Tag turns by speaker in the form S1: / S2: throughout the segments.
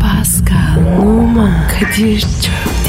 S1: Pascal, Oman, Kadir çok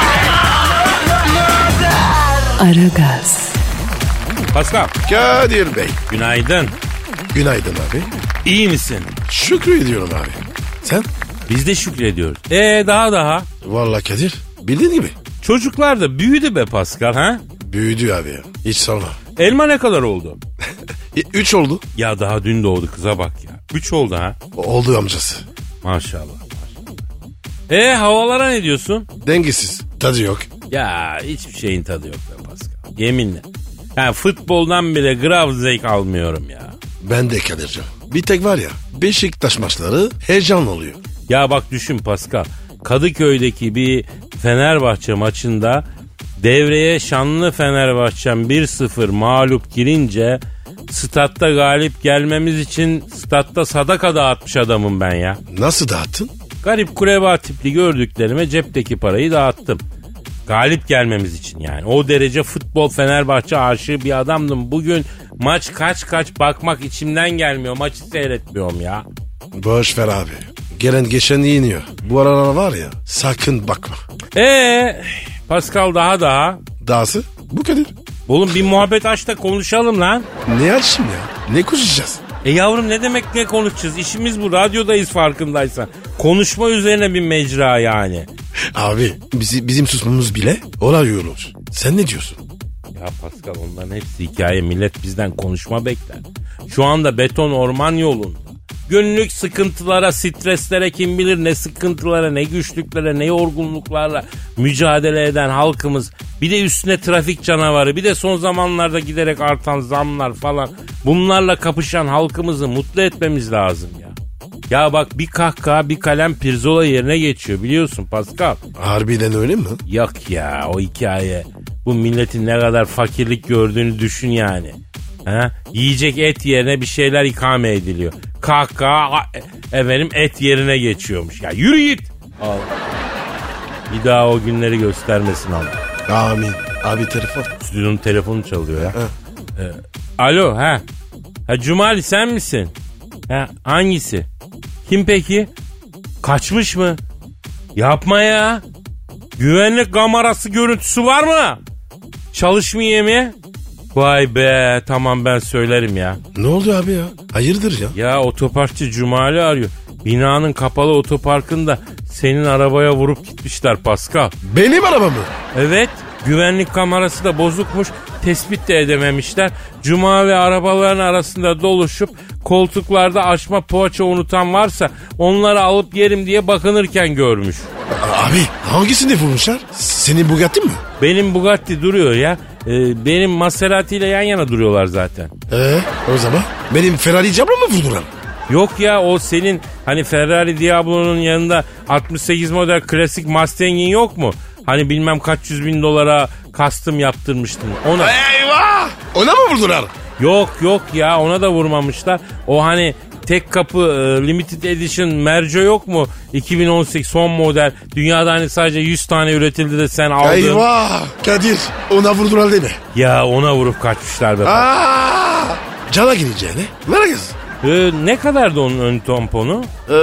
S1: Aragaz,
S2: Pascal.
S3: Kadir Bey.
S2: Günaydın.
S3: Günaydın abi.
S2: İyi misin?
S3: Şükrü ediyorum abi. Sen?
S2: Biz de şükrediyoruz. Ee daha daha.
S3: Vallahi Kadir. Bildiğin gibi.
S2: Çocuklar da büyüdü be Pascal ha?
S3: Büyüdü abi ya. Hiç sorma.
S2: Elma ne kadar oldu?
S3: E, üç oldu.
S2: Ya daha dün doğdu kıza bak ya. Üç oldu ha.
S3: Oldu amcası.
S2: Maşallah. E havalara ne diyorsun?
S3: Dengesiz. Tadı yok.
S2: Ya hiçbir şeyin tadı yok be Pascal. Yeminle. Yani futboldan bile grav zevk almıyorum ya.
S3: Ben de Kadir'cim. Bir tek var ya Beşiktaş maçları heyecanlı oluyor.
S2: Ya bak düşün Pascal. Kadıköy'deki bir Fenerbahçe maçında devreye şanlı Fenerbahçe'm 1-0 mağlup girince statta galip gelmemiz için statta sadaka dağıtmış adamım ben ya.
S3: Nasıl dağıttın?
S2: Garip kureba tipli gördüklerime cepteki parayı dağıttım. Galip gelmemiz için yani. O derece futbol Fenerbahçe aşığı bir adamdım. Bugün maç kaç kaç bakmak içimden gelmiyor. Maçı seyretmiyorum ya.
S3: Boş ver abi. Gelen geçen yeniyor. Bu aralar var ya sakın bakma.
S2: Ee Pascal daha daha.
S3: Dahası bu Kadir.
S2: Oğlum bir muhabbet aç da konuşalım lan.
S3: Ne açayım ya? Ne konuşacağız?
S2: E yavrum ne demek ne konuşacağız? İşimiz bu. Radyodayız farkındaysan. Konuşma üzerine bir mecra yani.
S3: Abi bizi, bizim susmamız bile olay yorulur. Sen ne diyorsun?
S2: Ya Pascal onların hepsi hikaye. Millet bizden konuşma bekler. Şu anda beton orman yolunda. Günlük sıkıntılara, streslere kim bilir ne sıkıntılara, ne güçlüklere, ne yorgunluklarla mücadele eden halkımız. Bir de üstüne trafik canavarı, bir de son zamanlarda giderek artan zamlar falan. Bunlarla kapışan halkımızı mutlu etmemiz lazım ya. Ya bak bir kahkaha bir kalem pirzola yerine geçiyor biliyorsun Pascal.
S3: Harbiden öyle mi?
S2: Yok ya o hikaye. Bu milletin ne kadar fakirlik gördüğünü düşün yani. Ha? Yiyecek et yerine bir şeyler ikame ediliyor. Kahkaha a- efendim et yerine geçiyormuş. Ya yürü git. Al. Bir daha o günleri göstermesin Allah.
S3: Amin. Abi telefon.
S2: Stüdyonun telefonu çalıyor ya. Ee, alo ha. Ha Cumali sen misin? Ha hangisi? Kim peki? Kaçmış mı? Yapma ya. Güvenlik kamerası görüntüsü var mı? Çalışmıyor mu? Vay be tamam ben söylerim ya.
S3: Ne oldu abi ya? Hayırdır ya?
S2: Ya otoparkçı Cumali arıyor. Binanın kapalı otoparkında senin arabaya vurup gitmişler Pascal.
S3: Benim arabam mı?
S2: Evet güvenlik kamerası da bozukmuş tespit de edememişler. Cuma ve arabaların arasında doluşup koltuklarda açma poğaça unutan varsa onları alıp yerim diye bakınırken görmüş.
S3: A- Abi hangisini vurmuşlar? Senin Bugatti mi?
S2: Benim Bugatti duruyor ya. Ee, benim Maserati ile yan yana duruyorlar zaten.
S3: Ee, o zaman benim Ferrari camla mı vurdular?
S2: Yok ya o senin hani Ferrari Diablo'nun yanında 68 model klasik Mustang'in yok mu? Hani bilmem kaç yüz bin dolara custom yaptırmıştın. Ona.
S3: Eyvah! Ona mı vurdular?
S2: Yok yok ya ona da vurmamışlar. O hani tek kapı e, limited edition merco yok mu? 2018 son model. Dünyada hani sadece 100 tane üretildi de sen aldın.
S3: Eyvah! Kadir ona vurdular deme.
S2: Ya ona vurup kaçmışlar be.
S3: Aa! Cana gireceğine. Ver kız.
S2: Ee, ne kadardı onun ön tamponu?
S3: Ee,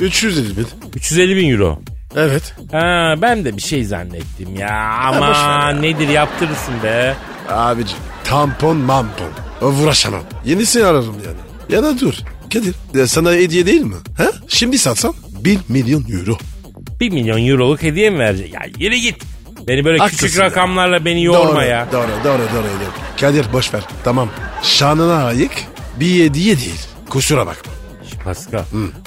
S3: 300 dedi bir.
S2: 350 bin euro.
S3: Evet.
S2: Ha, ben de bir şey zannettim ya. Ama
S3: boş ver ya.
S2: nedir yaptırırsın be.
S3: Abicim tampon mampon. O uğraşamam. Yenisini ararım yani. Ya da dur. Kadir e, sana hediye değil mi? Ha? Şimdi satsam 1 milyon euro.
S2: 1 milyon euroluk hediye mi verecek? Ya yürü git. Beni böyle küçük
S3: Haklısın ya.
S2: rakamlarla beni yorma
S3: doğru,
S2: ya.
S3: Doğru doğru doğru. doğru. Kadir boş ver. Tamam. Şanına ayık bir hediye değil. Kusura bakma.
S2: Pascal.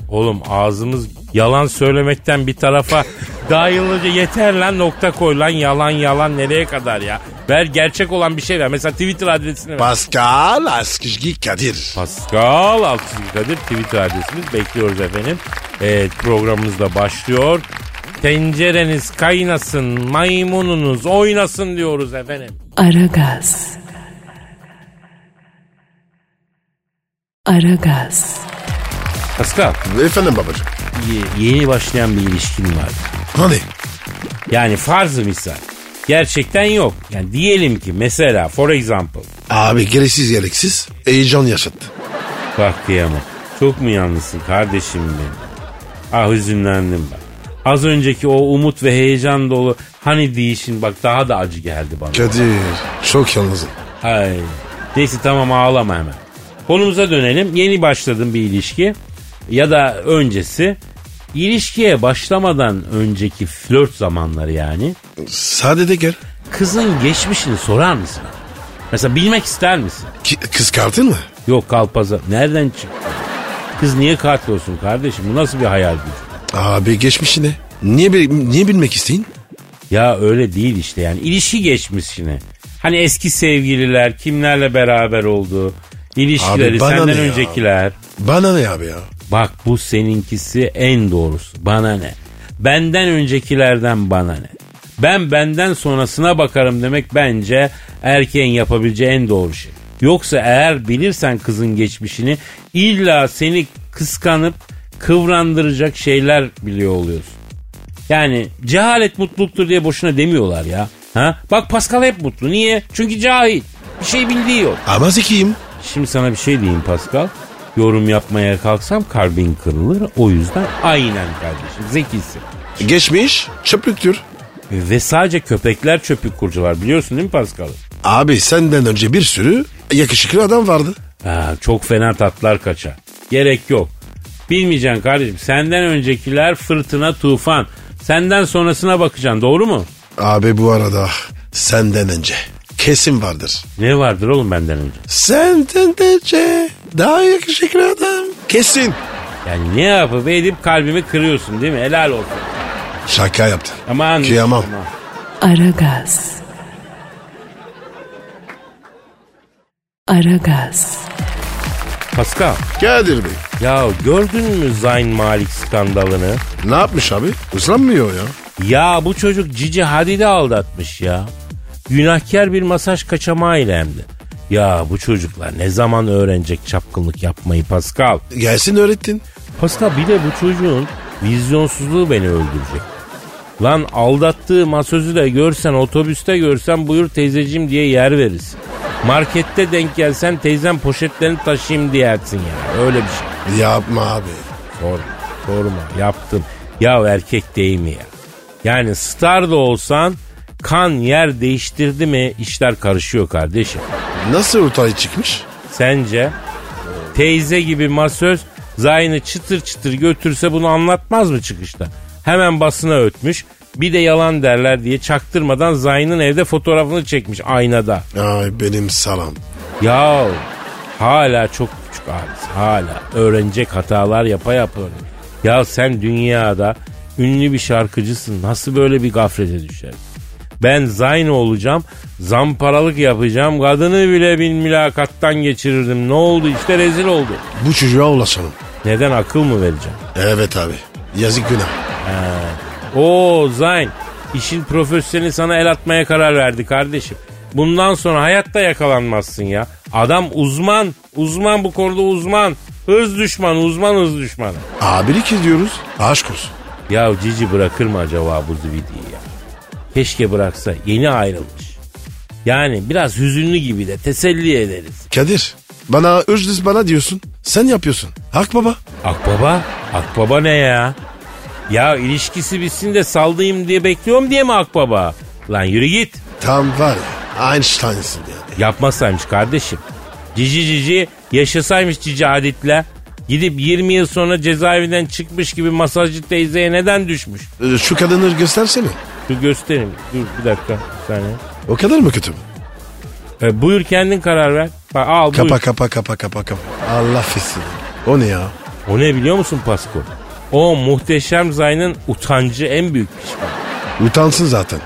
S2: Oğlum ağzımız yalan söylemekten bir tarafa dayılıca yeter lan nokta koy lan yalan yalan nereye kadar ya. Ver gerçek olan bir şey ver. Mesela Twitter adresini ver.
S3: Pascal Askizgi Kadir.
S2: Pascal Altçizgi Kadir Twitter adresimiz bekliyoruz efendim. Evet programımız da başlıyor. Tencereniz kaynasın, maymununuz oynasın diyoruz efendim.
S1: Aragaz. Aragaz.
S2: Pascal,
S3: Efendim babacığım.
S2: y- yeni başlayan bir ilişkin var.
S3: Hani?
S2: Yani farzı misal. Gerçekten yok. Yani diyelim ki mesela for example.
S3: Abi gereksiz gereksiz heyecan yaşattı.
S2: Bak kıyamam. Çok mu yalnızsın kardeşim benim? Ah hüzünlendim bak. Az önceki o umut ve heyecan dolu hani deyişin bak daha da acı geldi bana.
S3: Kadir çok yalnızım.
S2: Ay. Neyse tamam ağlama hemen. Konumuza dönelim. Yeni başladığın bir ilişki ya da öncesi. İlişkiye başlamadan önceki flört zamanları yani.
S3: Sadede gel.
S2: Kızın geçmişini sorar mısın? Mesela bilmek ister misin?
S3: Ki, kıskardın mı?
S2: Yok kalpaza. Nereden çıktı? Kız niye katil olsun kardeşim? Bu nasıl bir hayal gücü?
S3: Abi geçmişine. Niye, bil- niye bilmek isteyin?
S2: Ya öyle değil işte yani. İlişki geçmişini. Hani eski sevgililer, kimlerle beraber olduğu, ilişkileri,
S3: Abi bana
S2: senden
S3: ne ya?
S2: öncekiler.
S3: Bana ne abi ya?
S2: Bak bu seninkisi en doğrusu. Bana ne? Benden öncekilerden bana ne? Ben benden sonrasına bakarım demek bence erkeğin yapabileceği en doğru şey. Yoksa eğer bilirsen kızın geçmişini illa seni kıskanıp kıvrandıracak şeyler biliyor oluyorsun. Yani cehalet mutluluktur diye boşuna demiyorlar ya. Ha? Bak Pascal hep mutlu. Niye? Çünkü cahil. Bir şey bildiği yok.
S3: Ama zekiyim.
S2: Şimdi sana bir şey diyeyim Pascal. Yorum yapmaya kalksam kalbin kırılır. O yüzden aynen kardeşim zekisin.
S3: Geçmiş çöplüktür.
S2: Ve sadece köpekler çöpü kurcalar biliyorsun değil mi Pascal?
S3: Abi senden önce bir sürü yakışıklı adam vardı.
S2: Ha, çok fena tatlar kaçar. Gerek yok. Bilmeyeceksin kardeşim. Senden öncekiler fırtına tufan. Senden sonrasına bakacaksın doğru mu?
S3: Abi bu arada senden önce kesin vardır.
S2: Ne vardır oğlum benden önce?
S3: Senden önce daha yakışıklı adam kesin.
S2: Yani ne yapıp edip kalbimi kırıyorsun değil mi? Helal olsun.
S3: Şaka yaptı.
S2: Aman.
S3: Kıyamam.
S1: Aragaz. Aragaz.
S2: Pascal.
S3: Kadir Bey
S2: Ya gördün mü Zayn Malik skandalını?
S3: ne yapmış abi? Uzanmıyor ya.
S2: Ya bu çocuk Cici Hadid'i aldatmış ya. Günahkar bir masaj kaçamağıyla hem de. Ya bu çocuklar ne zaman öğrenecek çapkınlık yapmayı Pascal?
S3: Gelsin öğrettin.
S2: Pascal bir de bu çocuğun vizyonsuzluğu beni öldürecek. Lan aldattığı masözü de görsen otobüste görsen buyur teyzeciğim diye yer verirsin. Markette denk gelsen teyzem poşetlerini taşıyayım diyersin yani öyle bir şey.
S3: Yapma abi.
S2: Sorma, sorma. Yaptım. Ya erkek değil mi ya? Yani star da olsan kan yer değiştirdi mi işler karışıyor kardeşim.
S3: Nasıl ortaya çıkmış?
S2: Sence teyze gibi masöz Zayn'ı çıtır çıtır götürse bunu anlatmaz mı çıkışta? Hemen basına ötmüş. Bir de yalan derler diye çaktırmadan Zayn'ın evde fotoğrafını çekmiş aynada.
S3: Ay benim salam.
S2: Ya hala çok küçük abi. Hala öğrenecek hatalar yapa yapa öğren- Ya sen dünyada ünlü bir şarkıcısın. Nasıl böyle bir gaflete düşersin? Ben Zayno olacağım. Zamparalık yapacağım. Kadını bile bir mülakattan geçirirdim. Ne oldu işte rezil oldu.
S3: Bu çocuğa ulaşalım.
S2: Neden akıl mı vereceğim?
S3: Evet abi. Yazık günah.
S2: Oo Zayn işin profesyoneli sana el atmaya karar verdi kardeşim. Bundan sonra hayatta yakalanmazsın ya. Adam uzman. Uzman bu konuda uzman. Hız düşmanı uzman hız düşmanı.
S3: Abilik ediyoruz. Aşk olsun.
S2: Ya Cici bırakır mı acaba bu zibidiyi ya? Keşke bıraksa yeni ayrılmış. Yani biraz hüzünlü gibi de teselli ederiz.
S3: Kadir bana ücretsiz bana diyorsun. Sen yapıyorsun. Hak baba.
S2: Akbaba? Akbaba ne ya? Ya ilişkisi bitsin de saldayım diye bekliyorum diye mi akbaba? Lan yürü git.
S3: Tam var ya. Einstein'sın yani.
S2: Yapmasaymış kardeşim. Cici cici yaşasaymış cici adetle. Gidip 20 yıl sonra cezaevinden çıkmış gibi masajcı teyzeye neden düşmüş?
S3: Ee, Şu kadını göstersene.
S2: Dur göstereyim. Dur bir dakika. Bir saniye.
S3: O kadar mı kötü mü?
S2: E, buyur kendin karar ver. Bak, al buyur.
S3: Kapa kapa kapa kapa kapa. Allah fesini. O ne ya?
S2: O ne biliyor musun Pasko? O muhteşem Zayn'ın utancı en büyük pişman.
S3: Utansın zaten.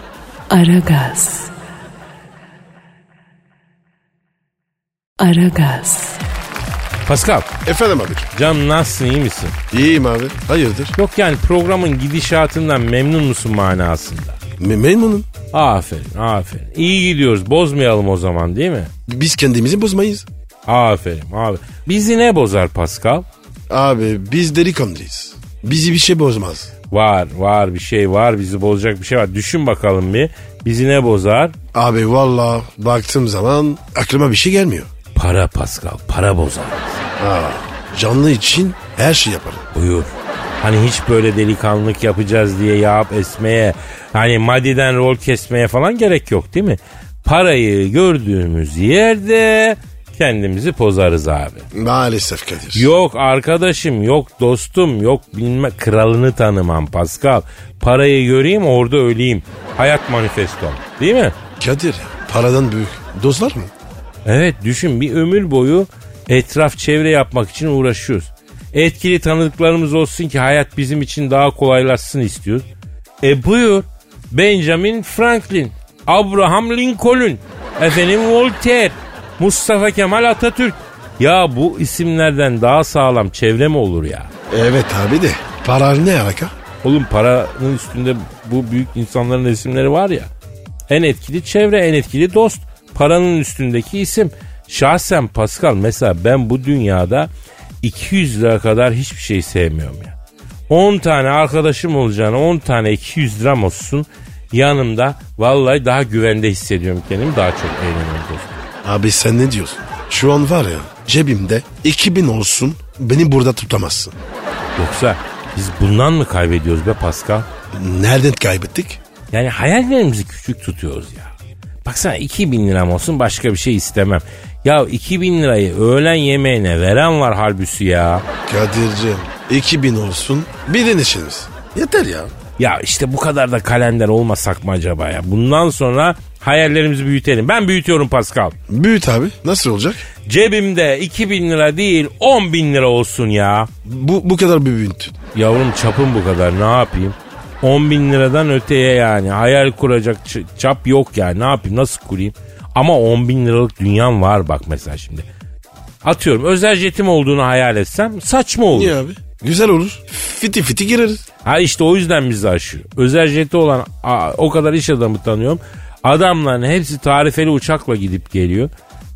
S1: Aragaz. Aragaz.
S2: Pascal,
S3: Efendim abi.
S2: canım nasılsın iyi misin?
S3: İyiyim abi. Hayırdır?
S2: Yok yani programın gidişatından memnun musun manasında?
S3: Me memnunum.
S2: Aferin, aferin. İyi gidiyoruz, bozmayalım o zaman değil mi?
S3: Biz kendimizi bozmayız.
S2: Aferin, abi. Bizi ne bozar Pascal?
S3: Abi biz delikanlıyız. Bizi bir şey bozmaz.
S2: Var, var bir şey var, bizi bozacak bir şey var. Düşün bakalım bir, bizi ne bozar?
S3: Abi valla baktığım zaman aklıma bir şey gelmiyor.
S2: Para Pascal, para bozar.
S3: Aa, canlı için her şey yaparım.
S2: Buyur. Hani hiç böyle delikanlılık yapacağız diye yağıp esmeye, hani madiden rol kesmeye falan gerek yok değil mi? Parayı gördüğümüz yerde kendimizi pozarız abi.
S3: Maalesef Kadir.
S2: Yok arkadaşım, yok dostum, yok bilme kralını tanımam Pascal. Parayı göreyim orada öleyim. Hayat manifesto değil mi?
S3: Kadir paradan büyük. Dostlar mı?
S2: Evet düşün bir ömür boyu etraf çevre yapmak için uğraşıyoruz. Etkili tanıdıklarımız olsun ki hayat bizim için daha kolaylaşsın istiyoruz. E buyur Benjamin Franklin, Abraham Lincoln, efendim Voltaire, Mustafa Kemal Atatürk. Ya bu isimlerden daha sağlam çevre mi olur ya?
S3: Evet abi de para ne alaka?
S2: Oğlum paranın üstünde bu büyük insanların isimleri var ya. En etkili çevre, en etkili dost. Paranın üstündeki isim. Şahsen Pascal mesela ben bu dünyada 200 lira kadar hiçbir şey sevmiyorum ya. 10 tane arkadaşım olacağına 10 tane 200 liram olsun yanımda vallahi daha güvende hissediyorum kendimi daha çok eğleniyorum dostum.
S3: Abi sen ne diyorsun? Şu an var ya cebimde 2000 olsun beni burada tutamazsın.
S2: Yoksa biz bundan mı kaybediyoruz be Pascal?
S3: Nereden kaybettik?
S2: Yani hayallerimizi küçük tutuyoruz ya. Baksana 2000 liram olsun başka bir şey istemem. Ya 2000 lirayı öğlen yemeğine veren var halbüsü ya.
S3: Kadir'cim 2000 olsun bir işimiz. Yeter ya.
S2: Ya işte bu kadar da kalender olmasak mı acaba ya? Bundan sonra hayallerimizi büyütelim. Ben büyütüyorum Pascal.
S3: Büyüt abi nasıl olacak?
S2: Cebimde 2000 lira değil 10 bin lira olsun ya.
S3: Bu, bu kadar bir büyüt.
S2: Yavrum çapım bu kadar ne yapayım? 10 bin liradan öteye yani hayal kuracak ç- çap yok yani ne yapayım nasıl kurayım? Ama 10 bin liralık dünyam var bak mesela şimdi. Atıyorum özel jetim olduğunu hayal etsem saçma olur.
S3: Niye abi? Güzel olur. Fiti fiti gireriz.
S2: Ha işte o yüzden bizi aşıyor. Özel jeti olan a- o kadar iş adamı tanıyorum. Adamların hepsi tarifeli uçakla gidip geliyor.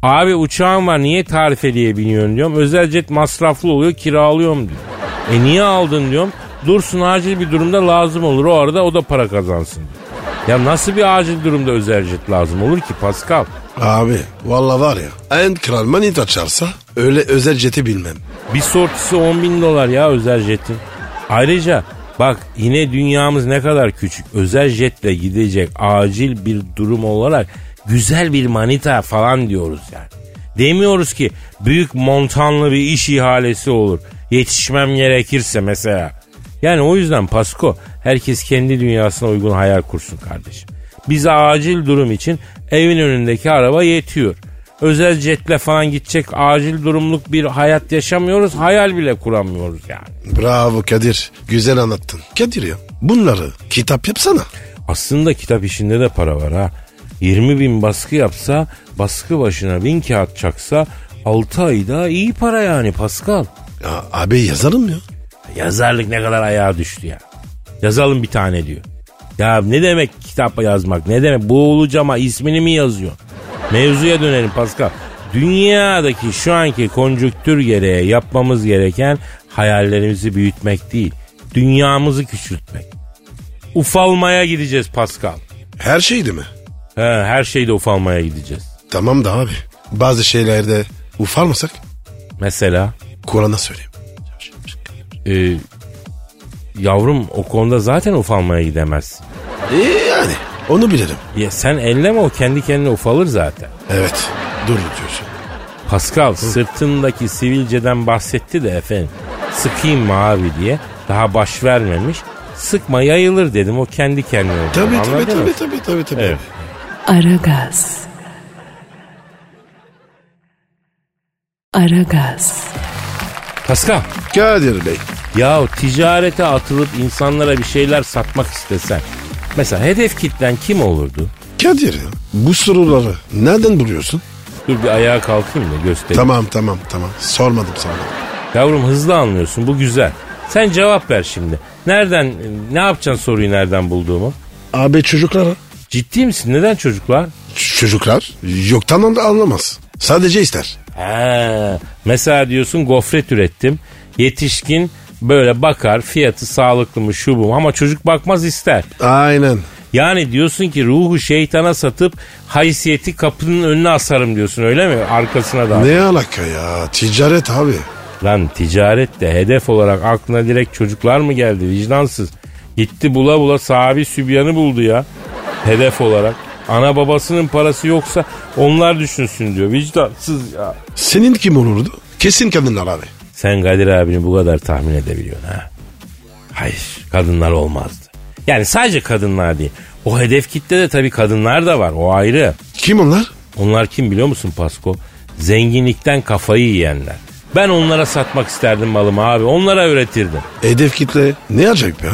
S2: Abi uçağın var niye tarifeliye biniyorsun diyorum. Özel jet masraflı oluyor kiralıyorum diyor. E niye aldın diyorum. Dursun acil bir durumda lazım olur o arada o da para kazansın diyor. Ya nasıl bir acil durumda özel jet lazım olur ki Pascal?
S3: Abi valla var ya en kral manita açarsa öyle özel jeti bilmem.
S2: Bir sortisi 10 bin dolar ya özel jetin. Ayrıca bak yine dünyamız ne kadar küçük. Özel jetle gidecek acil bir durum olarak güzel bir manita falan diyoruz yani. Demiyoruz ki büyük montanlı bir iş ihalesi olur. Yetişmem gerekirse mesela. Yani o yüzden Pasko herkes kendi dünyasına uygun hayal kursun kardeşim. Bize acil durum için evin önündeki araba yetiyor. Özel jetle falan gidecek acil durumluk bir hayat yaşamıyoruz. Hayal bile kuramıyoruz yani.
S3: Bravo Kadir. Güzel anlattın. Kadir ya bunları kitap yapsana.
S2: Aslında kitap işinde de para var ha. 20 bin baskı yapsa baskı başına bin kağıt çaksa 6 ayda iyi para yani Pascal.
S3: Ya, abi yazarım ya.
S2: Yazarlık ne kadar ayağa düştü ya. Yazalım bir tane diyor. Ya ne demek kitap yazmak ne demek boğulacağıma ismini mi yazıyor? Mevzuya dönelim Pascal. Dünyadaki şu anki konjüktür gereği yapmamız gereken hayallerimizi büyütmek değil. Dünyamızı küçültmek. Ufalmaya gideceğiz Pascal.
S3: Her şeydi mi?
S2: He, her şeyde ufalmaya gideceğiz.
S3: Tamam da abi. Bazı şeylerde ufarmasak
S2: Mesela
S3: Kur'an'a söyleyeyim.
S2: e, yavrum o konuda zaten ufalmaya gidemezsin.
S3: Ee, yani onu bilirim.
S2: Ya sen elleme o kendi kendine ufalır zaten.
S3: Evet doğru diyorsun.
S2: Pascal sırtındaki sivilceden bahsetti de efendim. Sıkayım mı abi diye. Daha baş vermemiş. Sıkma yayılır dedim. O kendi kendine. oldu.
S3: Tabii tabii
S2: Anladın mı?
S3: tabii, tabii tabii tabii.
S2: Evet.
S1: Aragaz. Aragaz.
S2: Pascal.
S3: Kadir Bey.
S2: Ya ticarete atılıp insanlara bir şeyler satmak istesen. Mesela hedef kitlen kim olurdu?
S3: Kadir ya, bu soruları nereden buluyorsun?
S2: Dur bir ayağa kalkayım da göstereyim.
S3: Tamam tamam tamam. Sormadım sormadım.
S2: Yavrum hızlı anlıyorsun bu güzel. Sen cevap ver şimdi. Nereden ne yapacaksın soruyu nereden bulduğumu?
S3: Abi çocuklara.
S2: Ciddi misin? Neden çocuklar?
S3: Ç- Çocuklar yoktan da anlamaz. Sadece ister.
S2: Ha, mesela diyorsun gofret ürettim. Yetişkin böyle bakar fiyatı sağlıklı mı şu bu mu ama çocuk bakmaz ister.
S3: Aynen.
S2: Yani diyorsun ki ruhu şeytana satıp haysiyeti kapının önüne asarım diyorsun öyle mi? Arkasına da.
S3: Ne alaka ya? Ticaret abi.
S2: Lan ticarette hedef olarak aklına direkt çocuklar mı geldi vicdansız? Gitti bula bula sahibi sübyanı buldu ya. Hedef olarak. Ana babasının parası yoksa onlar düşünsün diyor. Vicdansız ya.
S3: Senin kim olurdu? Kesin kadınlar abi.
S2: Sen Kadir abini bu kadar tahmin edebiliyorsun ha. Hayır kadınlar olmazdı. Yani sadece kadınlar değil. O hedef kitle de tabii kadınlar da var o ayrı.
S3: Kim onlar?
S2: Onlar kim biliyor musun Pasko? Zenginlikten kafayı yiyenler. Ben onlara satmak isterdim malımı abi. Onlara üretirdim.
S3: Hedef kitle ne acayip ya?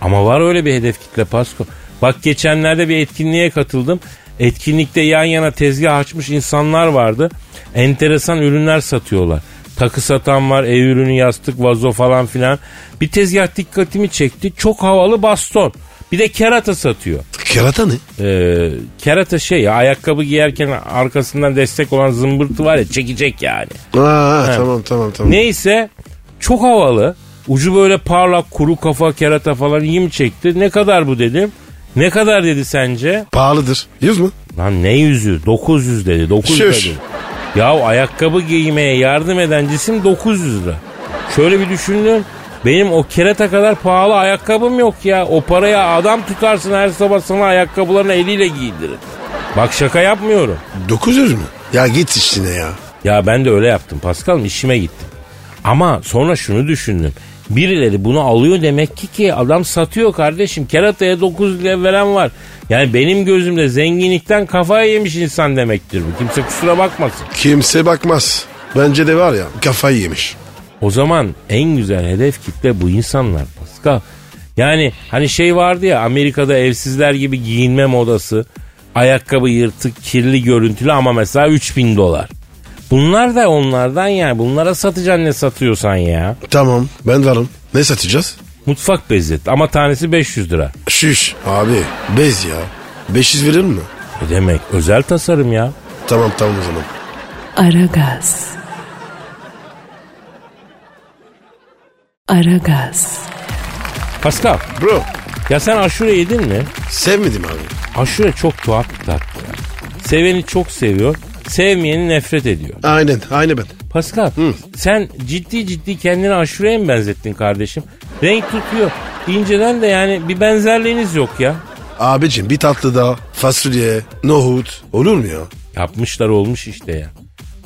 S2: Ama var öyle bir hedef kitle Pasko. Bak geçenlerde bir etkinliğe katıldım. Etkinlikte yan yana tezgah açmış insanlar vardı. Enteresan ürünler satıyorlar. Takı satan var, ev ürünü, yastık, vazo falan filan. Bir tezgah dikkatimi çekti. Çok havalı baston. Bir de kerata satıyor.
S3: Kerata ne?
S2: Ee, kerata şey ya ayakkabı giyerken arkasından destek olan zımbırtı var ya çekecek yani.
S3: Aa, tamam tamam tamam.
S2: Neyse çok havalı. Ucu böyle parlak kuru kafa kerata falan iyi mi çekti? Ne kadar bu dedim. Ne kadar dedi sence?
S3: Pahalıdır. Yüz mü?
S2: Lan ne yüzü? 900 dedi. 900
S3: Şuş.
S2: dedi. Ya ayakkabı giymeye yardım eden cisim 900 lira. Şöyle bir düşündüm. Benim o kerata kadar pahalı ayakkabım yok ya. O paraya adam tutarsın her sabah sana ayakkabılarını eliyle giydirir. Bak şaka yapmıyorum.
S3: 900 mü? Ya git işine ya.
S2: Ya ben de öyle yaptım Paskal'ım işime gittim. Ama sonra şunu düşündüm. Birileri bunu alıyor demek ki ki adam satıyor kardeşim. Kerataya 9 lira veren var. Yani benim gözümde zenginlikten kafayı yemiş insan demektir bu. Kimse kusura bakmasın.
S3: Kimse bakmaz. Bence de var ya kafayı yemiş.
S2: O zaman en güzel hedef kitle bu insanlar Pascal. Yani hani şey vardı ya Amerika'da evsizler gibi giyinme modası. Ayakkabı yırtık, kirli görüntülü ama mesela 3000 dolar. Bunlar da onlardan yani. Bunlara satacaksın ne satıyorsan ya.
S3: Tamam ben varım. Ne satacağız?
S2: Mutfak bezet ama tanesi 500 lira.
S3: Şiş abi bez ya. 500 verir mi?
S2: Ne E demek? Özel tasarım ya.
S3: Tamam tamam o zaman.
S1: Aragaz. Aragaz.
S2: Pascal
S3: Bro
S2: ya sen aşure yedin mi?
S3: sevmedim abi.
S2: Aşure çok tuhaf bir tatlı. ya. Seveni çok seviyor, sevmeyeni nefret ediyor.
S3: Aynen aynı ben.
S2: Pascal sen ciddi ciddi kendini aşureye mi benzettin kardeşim? Renk tutuyor. İnceden de yani bir benzerliğiniz yok ya.
S3: Abicim bir tatlı daha fasulye, nohut olur mu ya?
S2: Yapmışlar olmuş işte ya.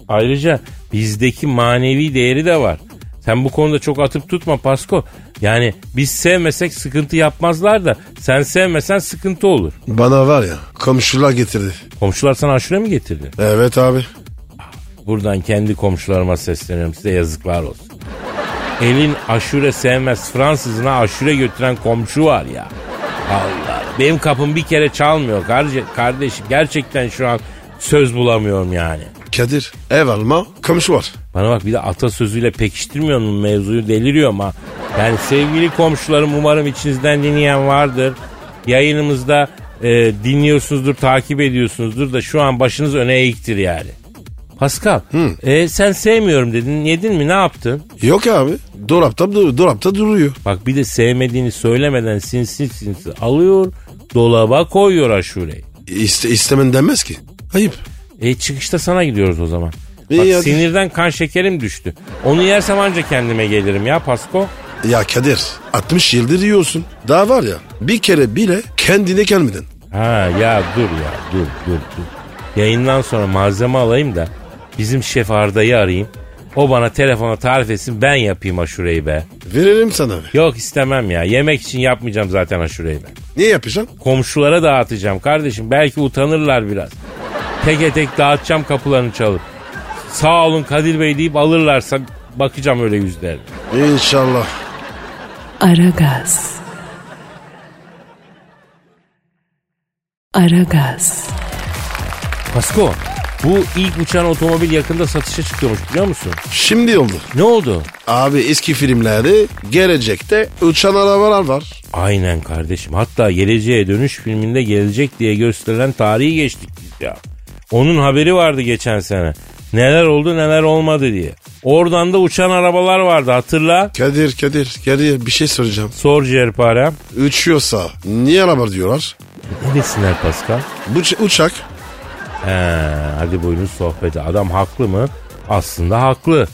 S2: Ayrıca bizdeki manevi değeri de var. Sen bu konuda çok atıp tutma Pasko. Yani biz sevmesek sıkıntı yapmazlar da sen sevmesen sıkıntı olur.
S3: Bana var ya komşular getirdi.
S2: Komşular sana aşure mi getirdi?
S3: Evet abi.
S2: Buradan kendi komşularıma sesleniyorum size yazıklar olsun. Elin aşure sevmez Fransızına aşure götüren komşu var ya. Allah benim kapım bir kere çalmıyor karde- kardeşim. Gerçekten şu an söz bulamıyorum yani.
S3: Kadir ev alma komşu var.
S2: Bana bak bir de atasözüyle pekiştirmiyor mu mevzuyu deliriyorum ha. Yani sevgili komşularım umarım içinizden dinleyen vardır. Yayınımızda e, dinliyorsunuzdur, takip ediyorsunuzdur da şu an başınız öne eğiktir yani. Pascal, e, sen sevmiyorum dedin, yedin mi, ne yaptın?
S3: Yok abi dolapta, dolapta duruyor.
S2: Bak bir de sevmediğini söylemeden sinsi sinsi alıyor, dolaba koyuyor aşureyi.
S3: İste, istemen denmez ki. Ayıp.
S2: E çıkışta sana gidiyoruz o zaman.
S3: İyi
S2: Bak
S3: hadi.
S2: sinirden kan şekerim düştü. Onu yersem anca kendime gelirim ya Pasko.
S3: Ya Kadir 60 yıldır yiyorsun. Daha var ya bir kere bile kendine gelmedin.
S2: Ha ya dur ya dur dur dur. Yayından sonra malzeme alayım da bizim şef Arda'yı arayayım. O bana telefona tarif etsin ben yapayım aşureyi be.
S3: Verelim sana be.
S2: Yok istemem ya yemek için yapmayacağım zaten aşureyi ben.
S3: Niye yapacaksın?
S2: Komşulara dağıtacağım kardeşim belki utanırlar biraz. Teke tek dağıtacağım kapılarını çalıp. Sağ olun Kadir Bey deyip alırlarsa bakacağım öyle yüzlerine.
S3: İnşallah.
S1: Aragaz. Aragaz.
S2: Pasko Bu ilk uçan otomobil yakında satışa çıkıyormuş biliyor musun?
S3: Şimdi oldu.
S2: Ne oldu?
S3: Abi eski filmlerde gelecekte uçan arabalar var.
S2: Aynen kardeşim. Hatta Geleceğe Dönüş filminde gelecek diye gösterilen tarihi geçtik biz ya. Onun haberi vardı geçen sene. Neler oldu neler olmadı diye. Oradan da uçan arabalar vardı hatırla.
S3: Kadir Kadir Kadir bir şey soracağım.
S2: Sor Cerpare.
S3: Uçuyorsa niye araba diyorlar?
S2: Ne desinler Pascal?
S3: Bu ç- uçak
S2: He, hadi buyurun sohbete. Adam haklı mı? Aslında haklı.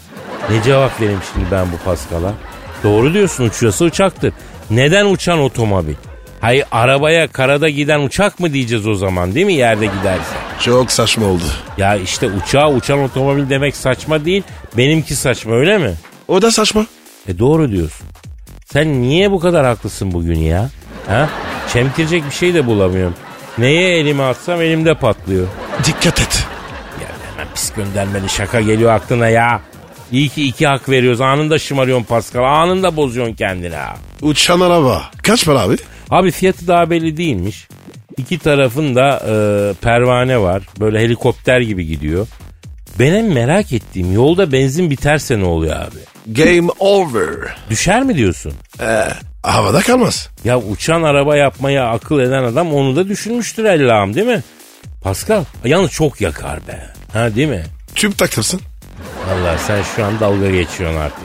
S2: Ne cevap vereyim şimdi ben bu Paskal'a? Doğru diyorsun uçuyorsa uçaktır. Neden uçan otomobil? Hayır arabaya karada giden uçak mı diyeceğiz o zaman değil mi yerde giderse?
S3: çok saçma oldu.
S2: Ya işte uçağa uçan otomobil demek saçma değil. Benimki saçma öyle mi?
S3: O da saçma.
S2: E doğru diyorsun. Sen niye bu kadar haklısın bugün ya? Ha? Çemkirecek bir şey de bulamıyorum. Neye elimi atsam elimde patlıyor.
S3: Dikkat et.
S2: Ya hemen pis göndermeli şaka geliyor aklına ya. İyi ki iki hak veriyoruz. Anında şımarıyorsun Pascal. Anında bozuyorsun kendini ha.
S3: Uçan araba. Kaç para abi?
S2: Abi fiyatı daha belli değilmiş. İki tarafında e, pervane var. Böyle helikopter gibi gidiyor. Benim merak ettiğim yolda benzin biterse ne oluyor abi?
S3: Game over.
S2: Düşer mi diyorsun?
S3: Havada kalmaz.
S2: Ya uçan araba yapmaya akıl eden adam onu da düşünmüştür Allah'ım değil mi? Pascal yalnız çok yakar be. Ha değil mi?
S3: Tüp takırsın.
S2: Vallahi sen şu an dalga geçiyorsun artık.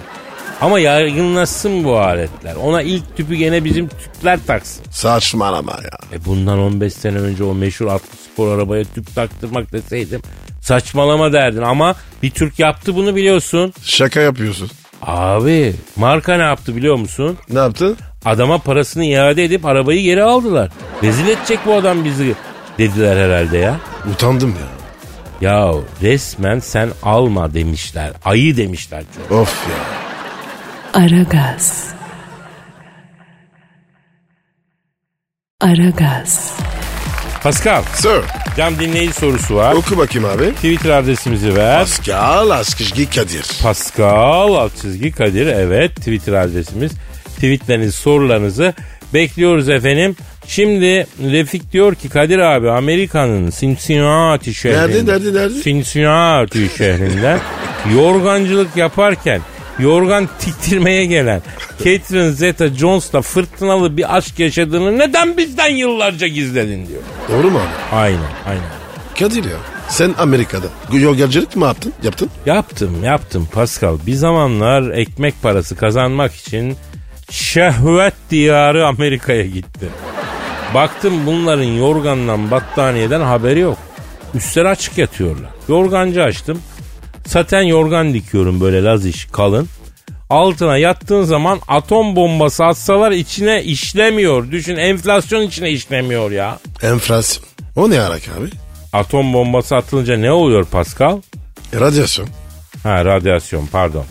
S2: Ama yaygınlaşsın bu aletler. Ona ilk tüpü gene bizim tüpler taksın.
S3: Saçmalama ya.
S2: E bundan 15 sene önce o meşhur atlı spor arabaya tüp taktırmak deseydim saçmalama derdin ama bir Türk yaptı bunu biliyorsun.
S3: Şaka yapıyorsun.
S2: Abi marka ne yaptı biliyor musun?
S3: Ne yaptın?
S2: Adama parasını iade edip arabayı geri aldılar. Rezil edecek bu adam bizi dediler herhalde ya.
S3: Utandım ya.
S2: Ya resmen sen alma demişler. Ayı demişler çok.
S3: Of ya.
S1: Aragaz. Aragaz.
S2: Pascal
S3: Sir
S2: cam dinleyici sorusu var.
S3: oku bakayım abi.
S2: Twitter adresimizi ver.
S3: Pascal Askışgi Kadir.
S2: Pascal alt çizgi Kadir evet Twitter adresimiz. Tweetlerinizi sorularınızı bekliyoruz efendim. Şimdi Refik diyor ki Kadir abi Amerika'nın Cincinnati şehrinde.
S3: Nerede, nerede, nerede?
S2: Cincinnati şehrinden yorgancılık yaparken yorgan tiktirmeye gelen Catherine Zeta Jones'la fırtınalı bir aşk yaşadığını neden bizden yıllarca gizledin diyor.
S3: Doğru mu abi?
S2: Aynen aynen.
S3: Kadir ya. Sen Amerika'da yolgacılık mı yaptın? Yaptın.
S2: Yaptım yaptım Pascal. Bir zamanlar ekmek parası kazanmak için şehvet diyarı Amerika'ya gitti. Baktım bunların yorgandan battaniyeden haberi yok. Üstleri açık yatıyorlar. Yorgancı açtım. Saten yorgan dikiyorum böyle laz iş kalın. Altına yattığın zaman atom bombası atsalar içine işlemiyor. Düşün enflasyon içine işlemiyor ya.
S3: Enflasyon. O ne arak abi?
S2: Atom bombası atılınca ne oluyor Pascal?
S3: Radyasyon.
S2: Ha radyasyon pardon.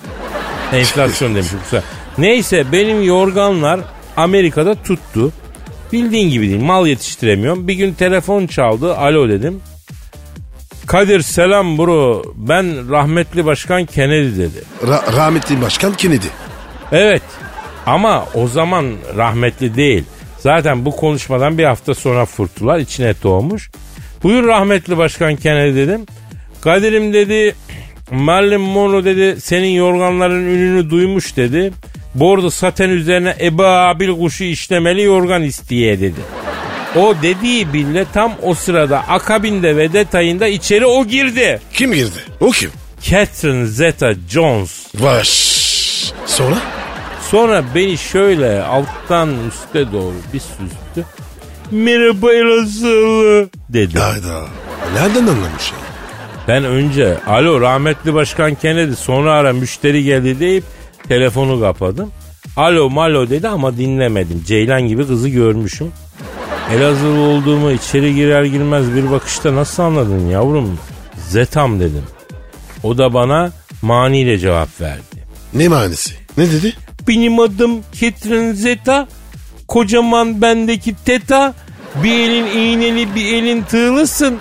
S2: Enflasyon demiş kusura. Neyse benim yorganlar Amerika'da tuttu. Bildiğin gibi değil mal yetiştiremiyorum. Bir gün telefon çaldı alo dedim. Kadir selam bro ben rahmetli başkan Kennedy dedi.
S3: Ra- rahmetli başkan Kennedy.
S2: Evet ama o zaman rahmetli değil. Zaten bu konuşmadan bir hafta sonra fırtılar içine doğmuş. Buyur rahmetli başkan Kennedy dedim. Kadir'im dedi Marilyn Monroe dedi senin yorganların ününü duymuş dedi. Bordo saten üzerine ebabil kuşu işlemeli yorgan isteye dedi. O dediği bile tam o sırada akabinde ve detayında içeri o girdi.
S3: Kim girdi? O kim?
S2: Catherine Zeta Jones
S3: Vaş. Sonra?
S2: Sonra beni şöyle alttan üste doğru bir süzdü. Merhaba nasıl? dedi.
S3: Hayda. Nereden anlamış ya?
S2: Ben önce alo rahmetli başkan Kennedy sonra ara müşteri geldi deyip telefonu kapadım. Alo malo dedi ama dinlemedim. Ceylan gibi kızı görmüşüm. Elazığlı olduğumu içeri girer girmez bir bakışta nasıl anladın yavrum? Zetam dedim. O da bana maniyle cevap verdi.
S3: Ne manisi? Ne dedi?
S2: Benim adım Ketrin Zeta. Kocaman bendeki teta. Bir elin iğneli bir elin tığlısın.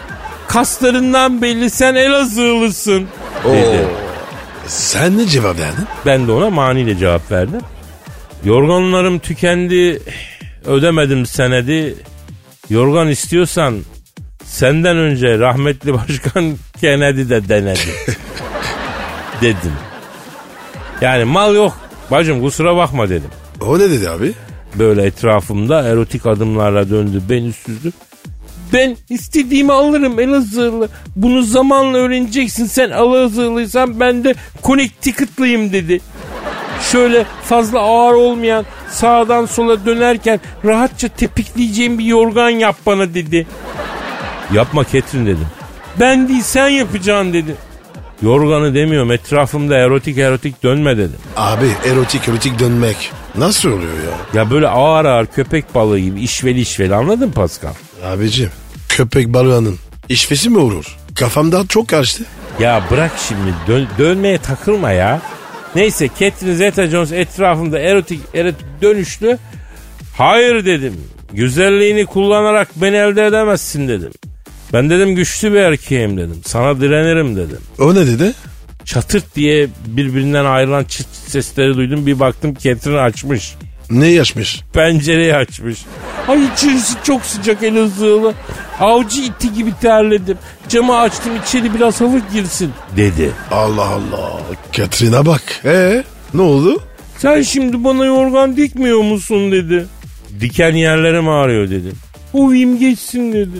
S2: Kaslarından belli sen Elazığlısın. Dedi.
S3: Sen ne cevap verdin?
S2: Ben de ona maniyle cevap verdim. Yorganlarım tükendi. Ödemedim senedi. Yorgan istiyorsan Senden önce rahmetli başkan Kennedy de denedi. dedim. Yani mal yok. Bacım kusura bakma dedim.
S3: O ne dedi abi?
S2: Böyle etrafımda erotik adımlarla döndü. Beni süzdü. Ben istediğimi alırım Elazığlı. Bunu zamanla öğreneceksin. Sen Elazığlıysan ben de Connecticut'lıyım dedi. Şöyle fazla ağır olmayan sağdan sola dönerken rahatça tepikleyeceğim bir yorgan yap bana dedi. Yapma Ketrin dedim. Ben değil sen yapacaksın dedi. Yorganı demiyorum etrafımda erotik erotik dönme dedim.
S3: Abi erotik erotik dönmek. Nasıl oluyor ya?
S2: Ya böyle ağır ağır köpek balığı gibi işveli işveli anladın Pascal?
S3: Abicim köpek balığının işvesi mi olur? Kafamda çok karıştı.
S2: Ya bırak şimdi dön- dönmeye takılma ya. Neyse Catherine Zeta-Jones etrafında erotik erotik dönüştü. Hayır dedim. Güzelliğini kullanarak beni elde edemezsin dedim. Ben dedim güçlü bir erkeğim dedim. Sana direnirim dedim.
S3: O ne dedi?
S2: Çatırt diye birbirinden ayrılan çıt çıt sesleri duydum. Bir baktım Catherine açmış.
S3: Ne yaşmış?
S2: Pencereyi açmış. Ay içerisi çok sıcak Elazığlı. Avcı iti gibi terledim. Camı açtım içeri biraz hava girsin dedi.
S3: Allah Allah. Katrina bak. Ee ne oldu?
S2: Sen şimdi bana yorgan dikmiyor musun dedi. Diken yerlerim ağrıyor dedi. Ovayım geçsin dedi.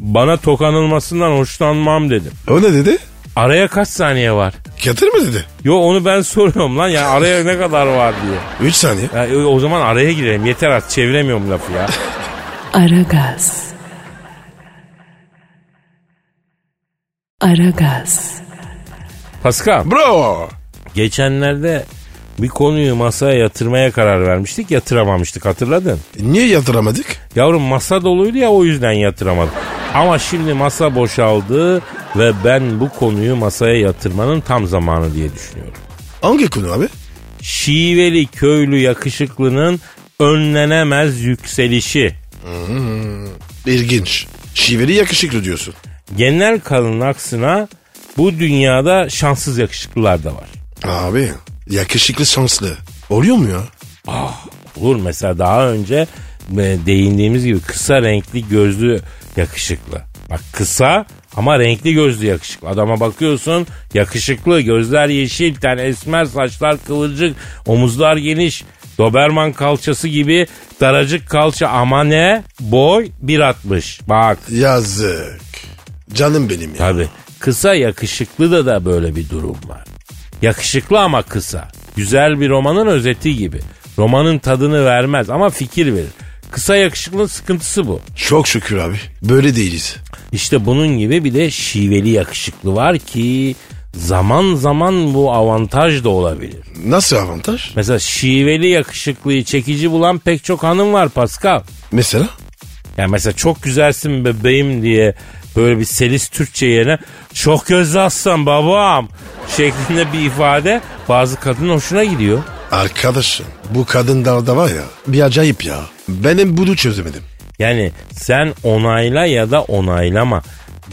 S2: Bana tokanılmasından hoşlanmam dedim.
S3: O ne dedi?
S2: Araya kaç saniye var?
S3: Katır mı dedi?
S2: Yo onu ben soruyorum lan ya araya ne kadar var diye.
S3: 3 saniye.
S2: Ya, e, o zaman araya girelim yeter artık çeviremiyorum lafı ya.
S1: Aragaz. Aragaz.
S2: Pascal
S3: Bro.
S2: geçenlerde bir konuyu masaya yatırmaya karar vermiştik yatıramamıştık hatırladın.
S3: Niye yatıramadık?
S2: Yavrum masa doluydu ya o yüzden yatıramadım. Ama şimdi masa boşaldı ve ben bu konuyu masaya yatırmanın tam zamanı diye düşünüyorum.
S3: Hangi konu abi?
S2: Şiveli köylü yakışıklının önlenemez yükselişi.
S3: İlginç. Şiveli yakışıklı diyorsun.
S2: Genel kalın aksına bu dünyada şanssız yakışıklılar da var.
S3: Abi yakışıklı şanslı. Oluyor mu ya?
S2: Olur mesela daha önce e, değindiğimiz gibi kısa renkli gözlü yakışıklı. Bak kısa ama renkli gözlü yakışıklı. Adama bakıyorsun yakışıklı, gözler yeşil, ten esmer, saçlar kıvırcık, omuzlar geniş. Doberman kalçası gibi daracık kalça ama ne? Boy 1.60. Bak
S3: Yazık. Canım benim ya.
S2: Tabii. Kısa yakışıklı da da böyle bir durum var. Yakışıklı ama kısa. Güzel bir romanın özeti gibi. Romanın tadını vermez ama fikir verir. Kısa yakışıklının sıkıntısı bu.
S3: Çok şükür abi. Böyle değiliz.
S2: İşte bunun gibi bir de şiveli yakışıklı var ki zaman zaman bu avantaj da olabilir.
S3: Nasıl avantaj?
S2: Mesela şiveli yakışıklıyı çekici bulan pek çok hanım var Pascal.
S3: Mesela?
S2: Yani mesela çok güzelsin bebeğim diye böyle bir selis Türkçe yerine çok gözlü aslan babam şeklinde bir ifade bazı kadın hoşuna gidiyor.
S3: Arkadaşım bu kadınlarda var ya bir acayip ya. Benim bunu çözemedim.
S2: Yani sen onayla ya da onaylama.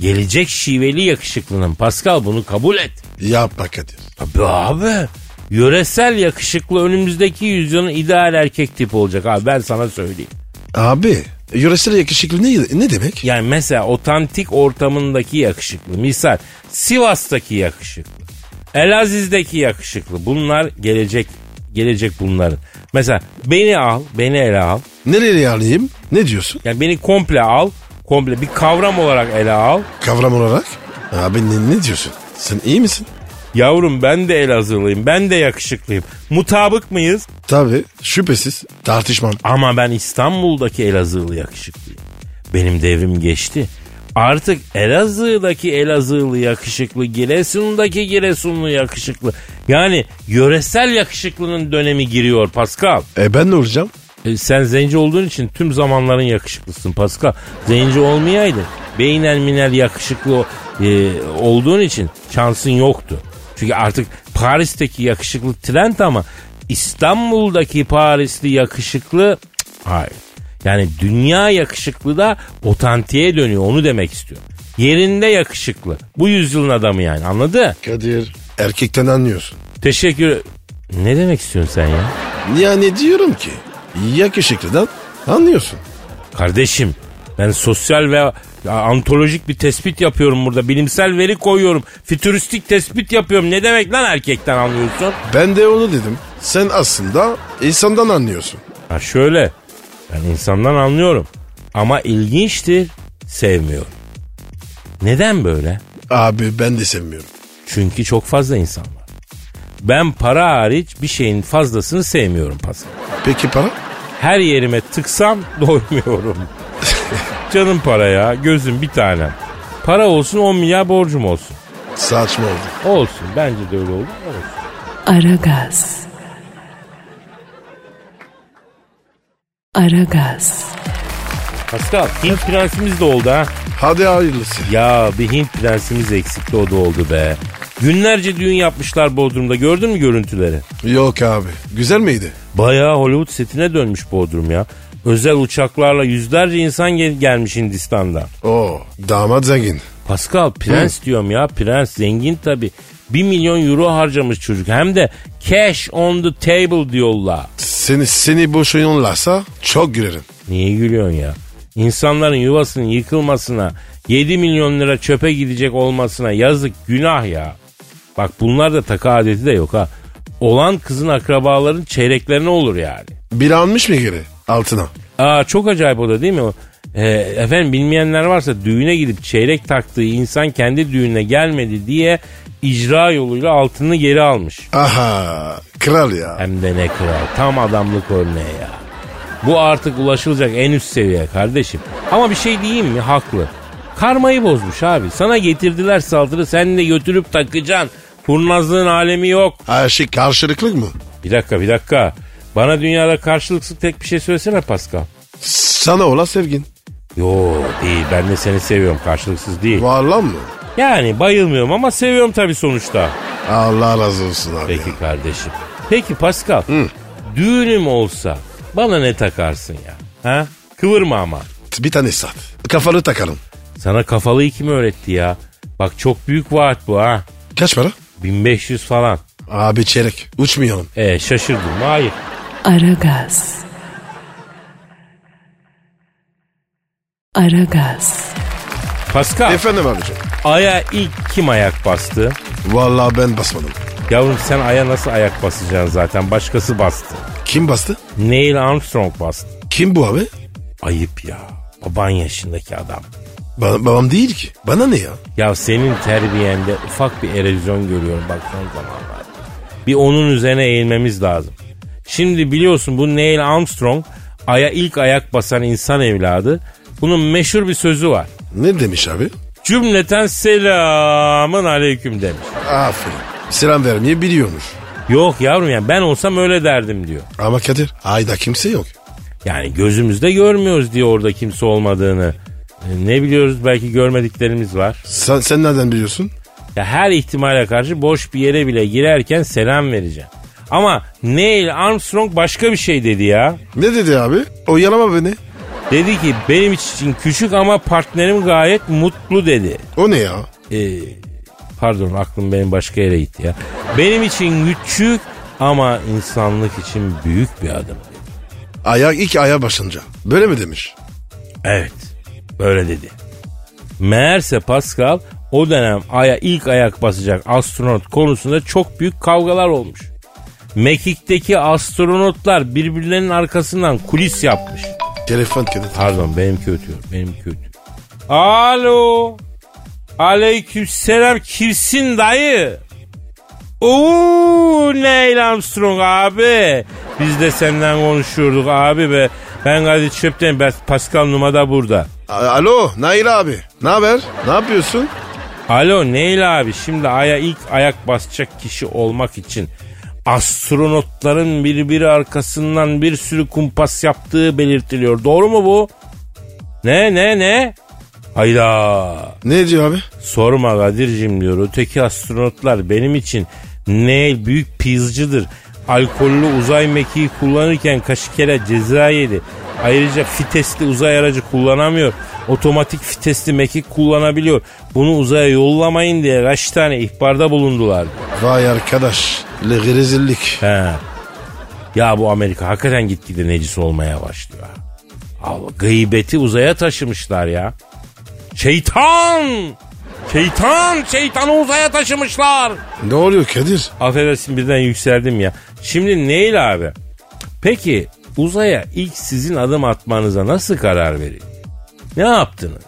S2: Gelecek şiveli yakışıklının Pascal bunu kabul et.
S3: Yapma Kadir.
S2: Tabii abi. Yöresel yakışıklı önümüzdeki yüzyılın ideal erkek tipi olacak abi ben sana söyleyeyim.
S3: Abi yöresel yakışıklı ne, ne demek?
S2: Yani mesela otantik ortamındaki yakışıklı. Misal Sivas'taki yakışıklı. Elaziz'deki yakışıklı. Bunlar gelecek gelecek bunların. Mesela beni al, beni ele al.
S3: Nereye alayım? Ne diyorsun?
S2: Yani beni komple al. Komple bir kavram olarak ele al.
S3: Kavram olarak? Abi ne, ne diyorsun? Sen iyi misin?
S2: Yavrum ben de Elazığlıyım. Ben de yakışıklıyım. Mutabık mıyız?
S3: Tabii şüphesiz tartışmam.
S2: Ama ben İstanbul'daki Elazığlı yakışıklıyım. Benim devrim geçti. Artık Elazığ'daki Elazığlı yakışıklı, Giresun'daki Giresunlu yakışıklı. Yani yöresel yakışıklının dönemi giriyor Pascal.
S3: E ben ne olacağım?
S2: E, sen zenci olduğun için tüm zamanların yakışıklısın Pascal. Zenci olmayaydın. Beynel minel yakışıklı e, olduğun için şansın yoktu. Çünkü artık Paris'teki yakışıklı trend ama İstanbul'daki Parisli yakışıklı cık, hayır. Yani dünya yakışıklı da otantiğe dönüyor onu demek istiyor. Yerinde yakışıklı. Bu yüzyılın adamı yani anladı?
S3: Kadir. Erkekten anlıyorsun.
S2: Teşekkür... Ne demek istiyorsun sen ya?
S3: Yani diyorum ki yakışıklıdan anlıyorsun.
S2: Kardeşim Ben sosyal ve ya, antolojik bir tespit yapıyorum burada. Bilimsel veri koyuyorum. Fütüristik tespit yapıyorum. Ne demek lan erkekten anlıyorsun?
S3: Ben de onu dedim. Sen aslında insandan anlıyorsun.
S2: Ha şöyle. Ben insandan anlıyorum. Ama ilginçtir. Sevmiyorum. Neden böyle?
S3: Abi ben de sevmiyorum.
S2: Çünkü çok fazla insan var. Ben para hariç bir şeyin fazlasını sevmiyorum Pascal.
S3: Peki para?
S2: Her yerime tıksam doymuyorum. Canım para ya. Gözüm bir tanem. Para olsun 10 milyar borcum olsun.
S3: Saçma oldu.
S2: Olsun. Bence de öyle olur. Olsun.
S1: Aragaz. Aragaz.
S2: Pascal Hint prensimiz de oldu ha.
S3: Hadi hayırlısı.
S2: Ya bir Hint prensimiz eksikti o da oldu be. Günlerce düğün yapmışlar Bodrum'da gördün mü görüntüleri?
S3: Yok abi. Güzel miydi?
S2: Bayağı Hollywood setine dönmüş Bodrum ya. Özel uçaklarla yüzlerce insan gel- gelmiş Hindistan'dan.
S3: Oo damat zengin.
S2: Pascal prens diyorum ya prens zengin tabi. 1 milyon euro harcamış çocuk hem de cash on the table diyorlar.
S3: Seni seni boşuyorlarsa çok gülerim.
S2: Niye gülüyorsun ya? İnsanların yuvasının yıkılmasına, 7 milyon lira çöpe gidecek olmasına yazık günah ya. Bak bunlar da takı adeti de yok ha. Olan kızın akrabaların çeyreklerine olur yani.
S3: Biri almış mı geri altına?
S2: Aa çok acayip o da değil mi? o? Ee, efendim bilmeyenler varsa düğüne gidip çeyrek taktığı insan kendi düğününe gelmedi diye icra yoluyla altını geri almış.
S3: Aha kral ya.
S2: Hem de ne kral. Tam adamlık örneği ya. Bu artık ulaşılacak en üst seviye kardeşim. Ama bir şey diyeyim mi? Haklı. Karmayı bozmuş abi. Sana getirdiler saldırı sen de götürüp takacaksın. Kurnazlığın alemi yok.
S3: Her şey karşılıklı mı?
S2: Bir dakika bir dakika. Bana dünyada karşılıksız tek bir şey söylesene Pascal.
S3: Sana olan sevgin.
S2: Yo değil ben de seni seviyorum karşılıksız değil.
S3: Var lan mı?
S2: Yani bayılmıyorum ama seviyorum tabii sonuçta.
S3: Allah razı olsun abi.
S2: Peki
S3: ya.
S2: kardeşim. Peki Pascal. Düğünüm olsa bana ne takarsın ya? Ha? Kıvırma ama.
S3: Bir tane sat. Kafanı takarım.
S2: Sana kafalıyı kim öğretti ya? Bak çok büyük vaat bu ha.
S3: Kaç para?
S2: 1500 falan.
S3: Abi çeyrek. Uçmayalım.
S2: E şaşırdım mı? Hayır.
S1: Aragaz. Aragaz.
S2: Pascal,
S3: Efendim abicim.
S2: Ay'a ilk kim ayak bastı?
S3: Vallahi ben basmadım.
S2: Yavrum sen Ay'a nasıl ayak basacaksın zaten? Başkası bastı.
S3: Kim bastı?
S2: Neil Armstrong bastı.
S3: Kim bu abi?
S2: Ayıp ya. Baban yaşındaki adam.
S3: Ba- babam değil ki. Bana ne ya?
S2: Ya senin terbiyende ufak bir erozyon görüyorum bak son zamanlarda. Bir onun üzerine eğilmemiz lazım. Şimdi biliyorsun bu Neil Armstrong aya ilk ayak basan insan evladı. Bunun meşhur bir sözü var.
S3: Ne demiş abi?
S2: Cümleten selamın aleyküm demiş.
S3: Aferin. Selam vermeyi biliyormuş.
S2: Yok yavrum yani ben olsam öyle derdim diyor.
S3: Ama Kadir ayda kimse yok.
S2: Yani gözümüzde görmüyoruz diyor orada kimse olmadığını. E, Ne biliyoruz belki görmediklerimiz var.
S3: Sen, sen nereden biliyorsun?
S2: Ya her ihtimale karşı boş bir yere bile girerken selam vereceğim. Ama Neil Armstrong başka bir şey dedi ya.
S3: Ne dedi abi? Oyalama beni.
S2: Dedi ki benim için küçük ama partnerim gayet mutlu dedi.
S3: O ne ya?
S2: Ee, pardon aklım benim başka yere gitti ya. Benim için küçük ama insanlık için büyük bir adım.
S3: Ayak ilk aya başınca. Böyle mi demiş?
S2: Evet böyle dedi. Meğerse Pascal o dönem aya ilk ayak basacak astronot konusunda çok büyük kavgalar olmuş. Mekik'teki astronotlar birbirlerinin arkasından kulis yapmış.
S3: Telefon Kadir.
S2: Pardon benim kötü. Benim kötü. Alo. Aleykümselam kimsin dayı? Oo Neil Armstrong abi. Biz de senden konuşuyorduk abi be. Ben Kadir Çöp'ten ben Pascal Numa da burada.
S3: A- Alo Nail abi. Ne haber? Ne yapıyorsun?
S2: Alo Neil abi şimdi aya ilk ayak basacak kişi olmak için astronotların birbiri arkasından bir sürü kumpas yaptığı belirtiliyor. Doğru mu bu? Ne ne ne? Hayda.
S3: Ne diyor abi?
S2: Sorma Kadir'cim diyor. Öteki astronotlar benim için Neil büyük pizcıdır. Alkollü uzay mekiği kullanırken kaç kere ceza yedi. Ayrıca fitesli uzay aracı kullanamıyor. Otomatik fitesli mekik kullanabiliyor. Bunu uzaya yollamayın diye kaç tane ihbarda bulundular.
S3: Vay arkadaş. Le rezillik.
S2: He. Ya bu Amerika hakikaten gitgide necis olmaya başlıyor. ha. Al, gıybeti uzaya taşımışlar ya. Şeytan! Şeytan! Şeytanı uzaya taşımışlar!
S3: Ne oluyor Kadir?
S2: Affedersin birden yükseldim ya. Şimdi Neil abi. Peki uzaya ilk sizin adım atmanıza nasıl karar verildi? Ne yaptınız?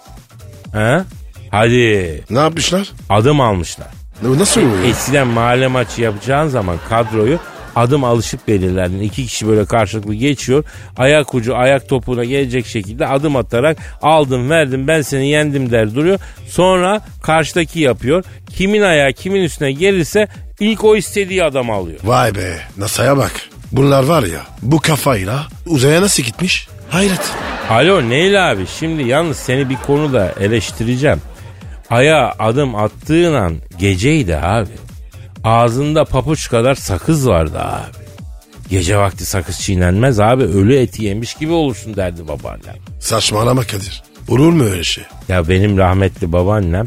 S2: Ha? Hadi
S3: Ne yapmışlar?
S2: adım almışlar.
S3: Ne- Nasıl oluyor?
S2: Eskiden mahalle maçı yapacağın zaman kadroyu adım alışıp belirlerdin. İki kişi böyle karşılıklı geçiyor. Ayak ucu ayak topuğuna gelecek şekilde adım atarak aldım verdim ben seni yendim der duruyor. Sonra karşıdaki yapıyor. Kimin ayağı kimin üstüne gelirse ilk o istediği adamı alıyor.
S3: Vay be NASA'ya bak. Bunlar var ya bu kafayla uzaya nasıl gitmiş? Hayret.
S2: Alo Neil abi şimdi yalnız seni bir konuda eleştireceğim. Aya adım attığın an geceydi abi. Ağzında papuç kadar sakız vardı abi. Gece vakti sakız çiğnenmez abi ölü eti yemiş gibi olursun derdi babaannem.
S3: Saçmalama Kadir. Olur mu öyle şey?
S2: Ya benim rahmetli babaannem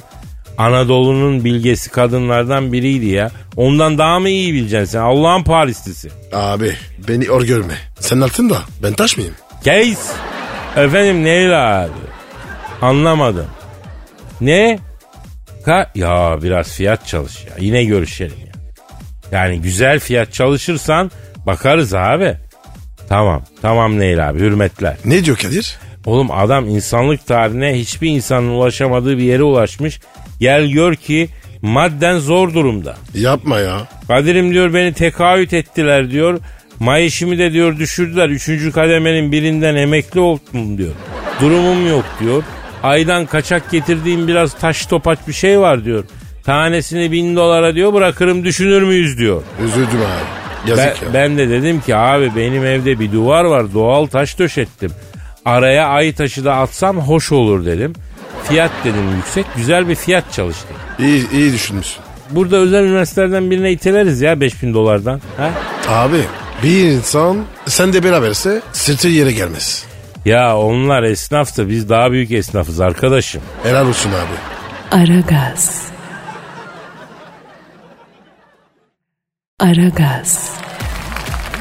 S2: Anadolu'nun bilgesi kadınlardan biriydi ya. Ondan daha mı iyi bileceksin sen Allah'ın Parislisi.
S3: Abi beni or görme. Sen altında ben taş mıyım?
S2: Case. Efendim Neil abi? Anlamadım. Ne? Ka ya biraz fiyat çalış ya. Yine görüşelim ya. Yani güzel fiyat çalışırsan bakarız abi. Tamam. Tamam Neil abi. Hürmetler.
S3: Ne diyor Kadir?
S2: Oğlum adam insanlık tarihine hiçbir insanın ulaşamadığı bir yere ulaşmış. Gel gör ki madden zor durumda.
S3: Yapma ya.
S2: Kadir'im diyor beni tekaüt ettiler diyor. Mayışımı de diyor düşürdüler. Üçüncü kademenin birinden emekli oldum diyor. Durumum yok diyor. Aydan kaçak getirdiğim biraz taş topaç bir şey var diyor. Tanesini bin dolara diyor bırakırım düşünür müyüz diyor.
S3: Üzüldüm abi.
S2: Ben,
S3: Yazık ya.
S2: ben de dedim ki abi benim evde bir duvar var doğal taş döşettim. Araya ay taşı da atsam hoş olur dedim. Fiyat dedim yüksek güzel bir fiyat çalıştım.
S3: İyi, iyi düşünmüşsün.
S2: Burada özel üniversitelerden birine iteleriz ya 5000 dolardan. Ha?
S3: Abi bir insan sen de beraberse sırtı yere gelmez.
S2: Ya onlar esnaf da biz daha büyük esnafız arkadaşım.
S3: Helal olsun abi.
S1: Aragaz. Aragaz.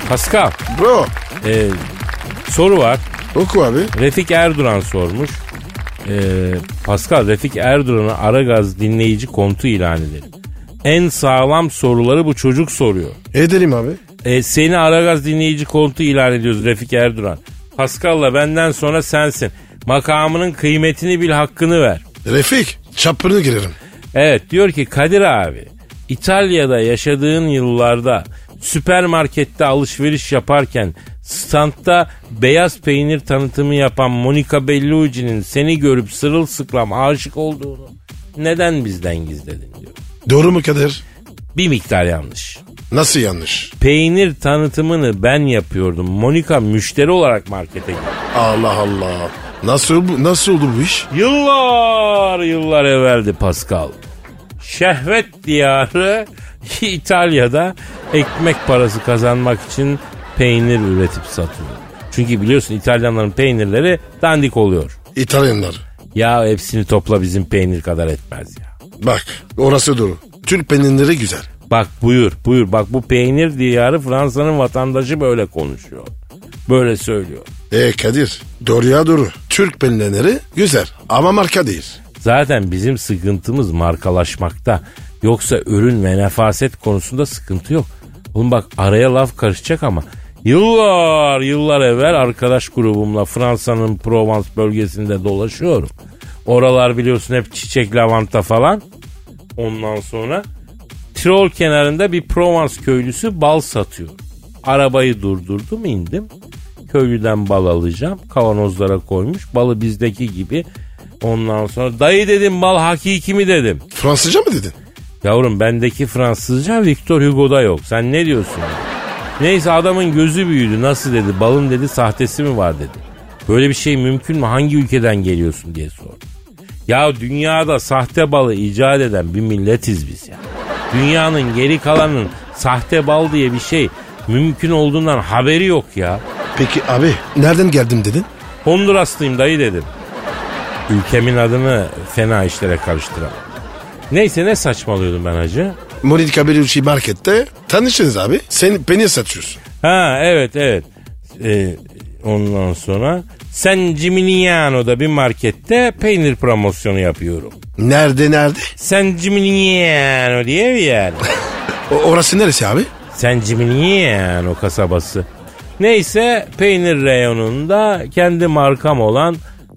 S2: Pascal
S3: Bro
S2: e, soru var.
S3: oku abi.
S2: Refik Erduran sormuş. E, Pascal Refik Erduran'a Aragaz dinleyici kontu ilan edelim. En sağlam soruları bu çocuk soruyor.
S3: Edelim abi.
S2: E, seni Aragaz dinleyici kontu ilan ediyoruz Refik Erduran. Pascal'la benden sonra sensin. Makamının kıymetini bil hakkını ver.
S3: Refik çapını girerim.
S2: Evet diyor ki Kadir abi İtalya'da yaşadığın yıllarda süpermarkette alışveriş yaparken standta beyaz peynir tanıtımı yapan Monica Bellucci'nin seni görüp sırılsıklam aşık olduğunu neden bizden gizledin diyor.
S3: Doğru mu Kadir?
S2: Bir miktar yanlış.
S3: Nasıl yanlış?
S2: Peynir tanıtımını ben yapıyordum. Monica müşteri olarak markete girdi.
S3: Allah Allah. Nasıl bu, nasıl oldu bu iş?
S2: Yıllar yıllar evveldi Pascal. Şehvet diyarı İtalya'da ekmek parası kazanmak için peynir üretip satıyor. Çünkü biliyorsun İtalyanların peynirleri dandik oluyor.
S3: İtalyanlar.
S2: Ya hepsini topla bizim peynir kadar etmez ya.
S3: Bak orası doğru. Türk peynirleri güzel.
S2: Bak buyur buyur bak bu peynir diyarı Fransa'nın vatandaşı böyle konuşuyor. Böyle söylüyor.
S3: E Kadir doğruya doğru. Türk peynirleri güzel ama marka değil.
S2: Zaten bizim sıkıntımız markalaşmakta. Yoksa ürün ve nefaset konusunda sıkıntı yok. Oğlum bak araya laf karışacak ama. Yıllar yıllar evvel arkadaş grubumla Fransa'nın Provence bölgesinde dolaşıyorum. Oralar biliyorsun hep çiçek lavanta falan. Ondan sonra Tirol kenarında bir Provence köylüsü bal satıyor. Arabayı durdurdum indim. Köylüden bal alacağım. Kavanozlara koymuş. Balı bizdeki gibi. Ondan sonra dayı dedim bal hakiki mi dedim.
S3: Fransızca mı dedin?
S2: Yavrum bendeki Fransızca Victor Hugo'da yok. Sen ne diyorsun? Neyse adamın gözü büyüdü. Nasıl dedi? Balın dedi sahtesi mi var dedi. Böyle bir şey mümkün mü? Hangi ülkeden geliyorsun diye sordu. Ya dünyada sahte balı icat eden bir milletiz biz ya. Dünyanın geri kalanının sahte bal diye bir şey mümkün olduğundan haberi yok ya.
S3: Peki abi nereden geldim dedin?
S2: Honduraslıyım dayı dedim. Ülkemin adını fena işlere karıştıramam. Neyse ne saçmalıyordum ben hacı?
S3: Monika Bellucci markette tanıştınız abi. Sen peynir satıyorsun.
S2: Ha evet evet. Ee, Ondan sonra San Gimignano'da bir markette peynir promosyonu yapıyorum.
S3: Nerede nerede?
S2: San Gimignano diye bir yer.
S3: O, orası neresi abi?
S2: San Gimignano kasabası. Neyse peynir reyonunda kendi markam olan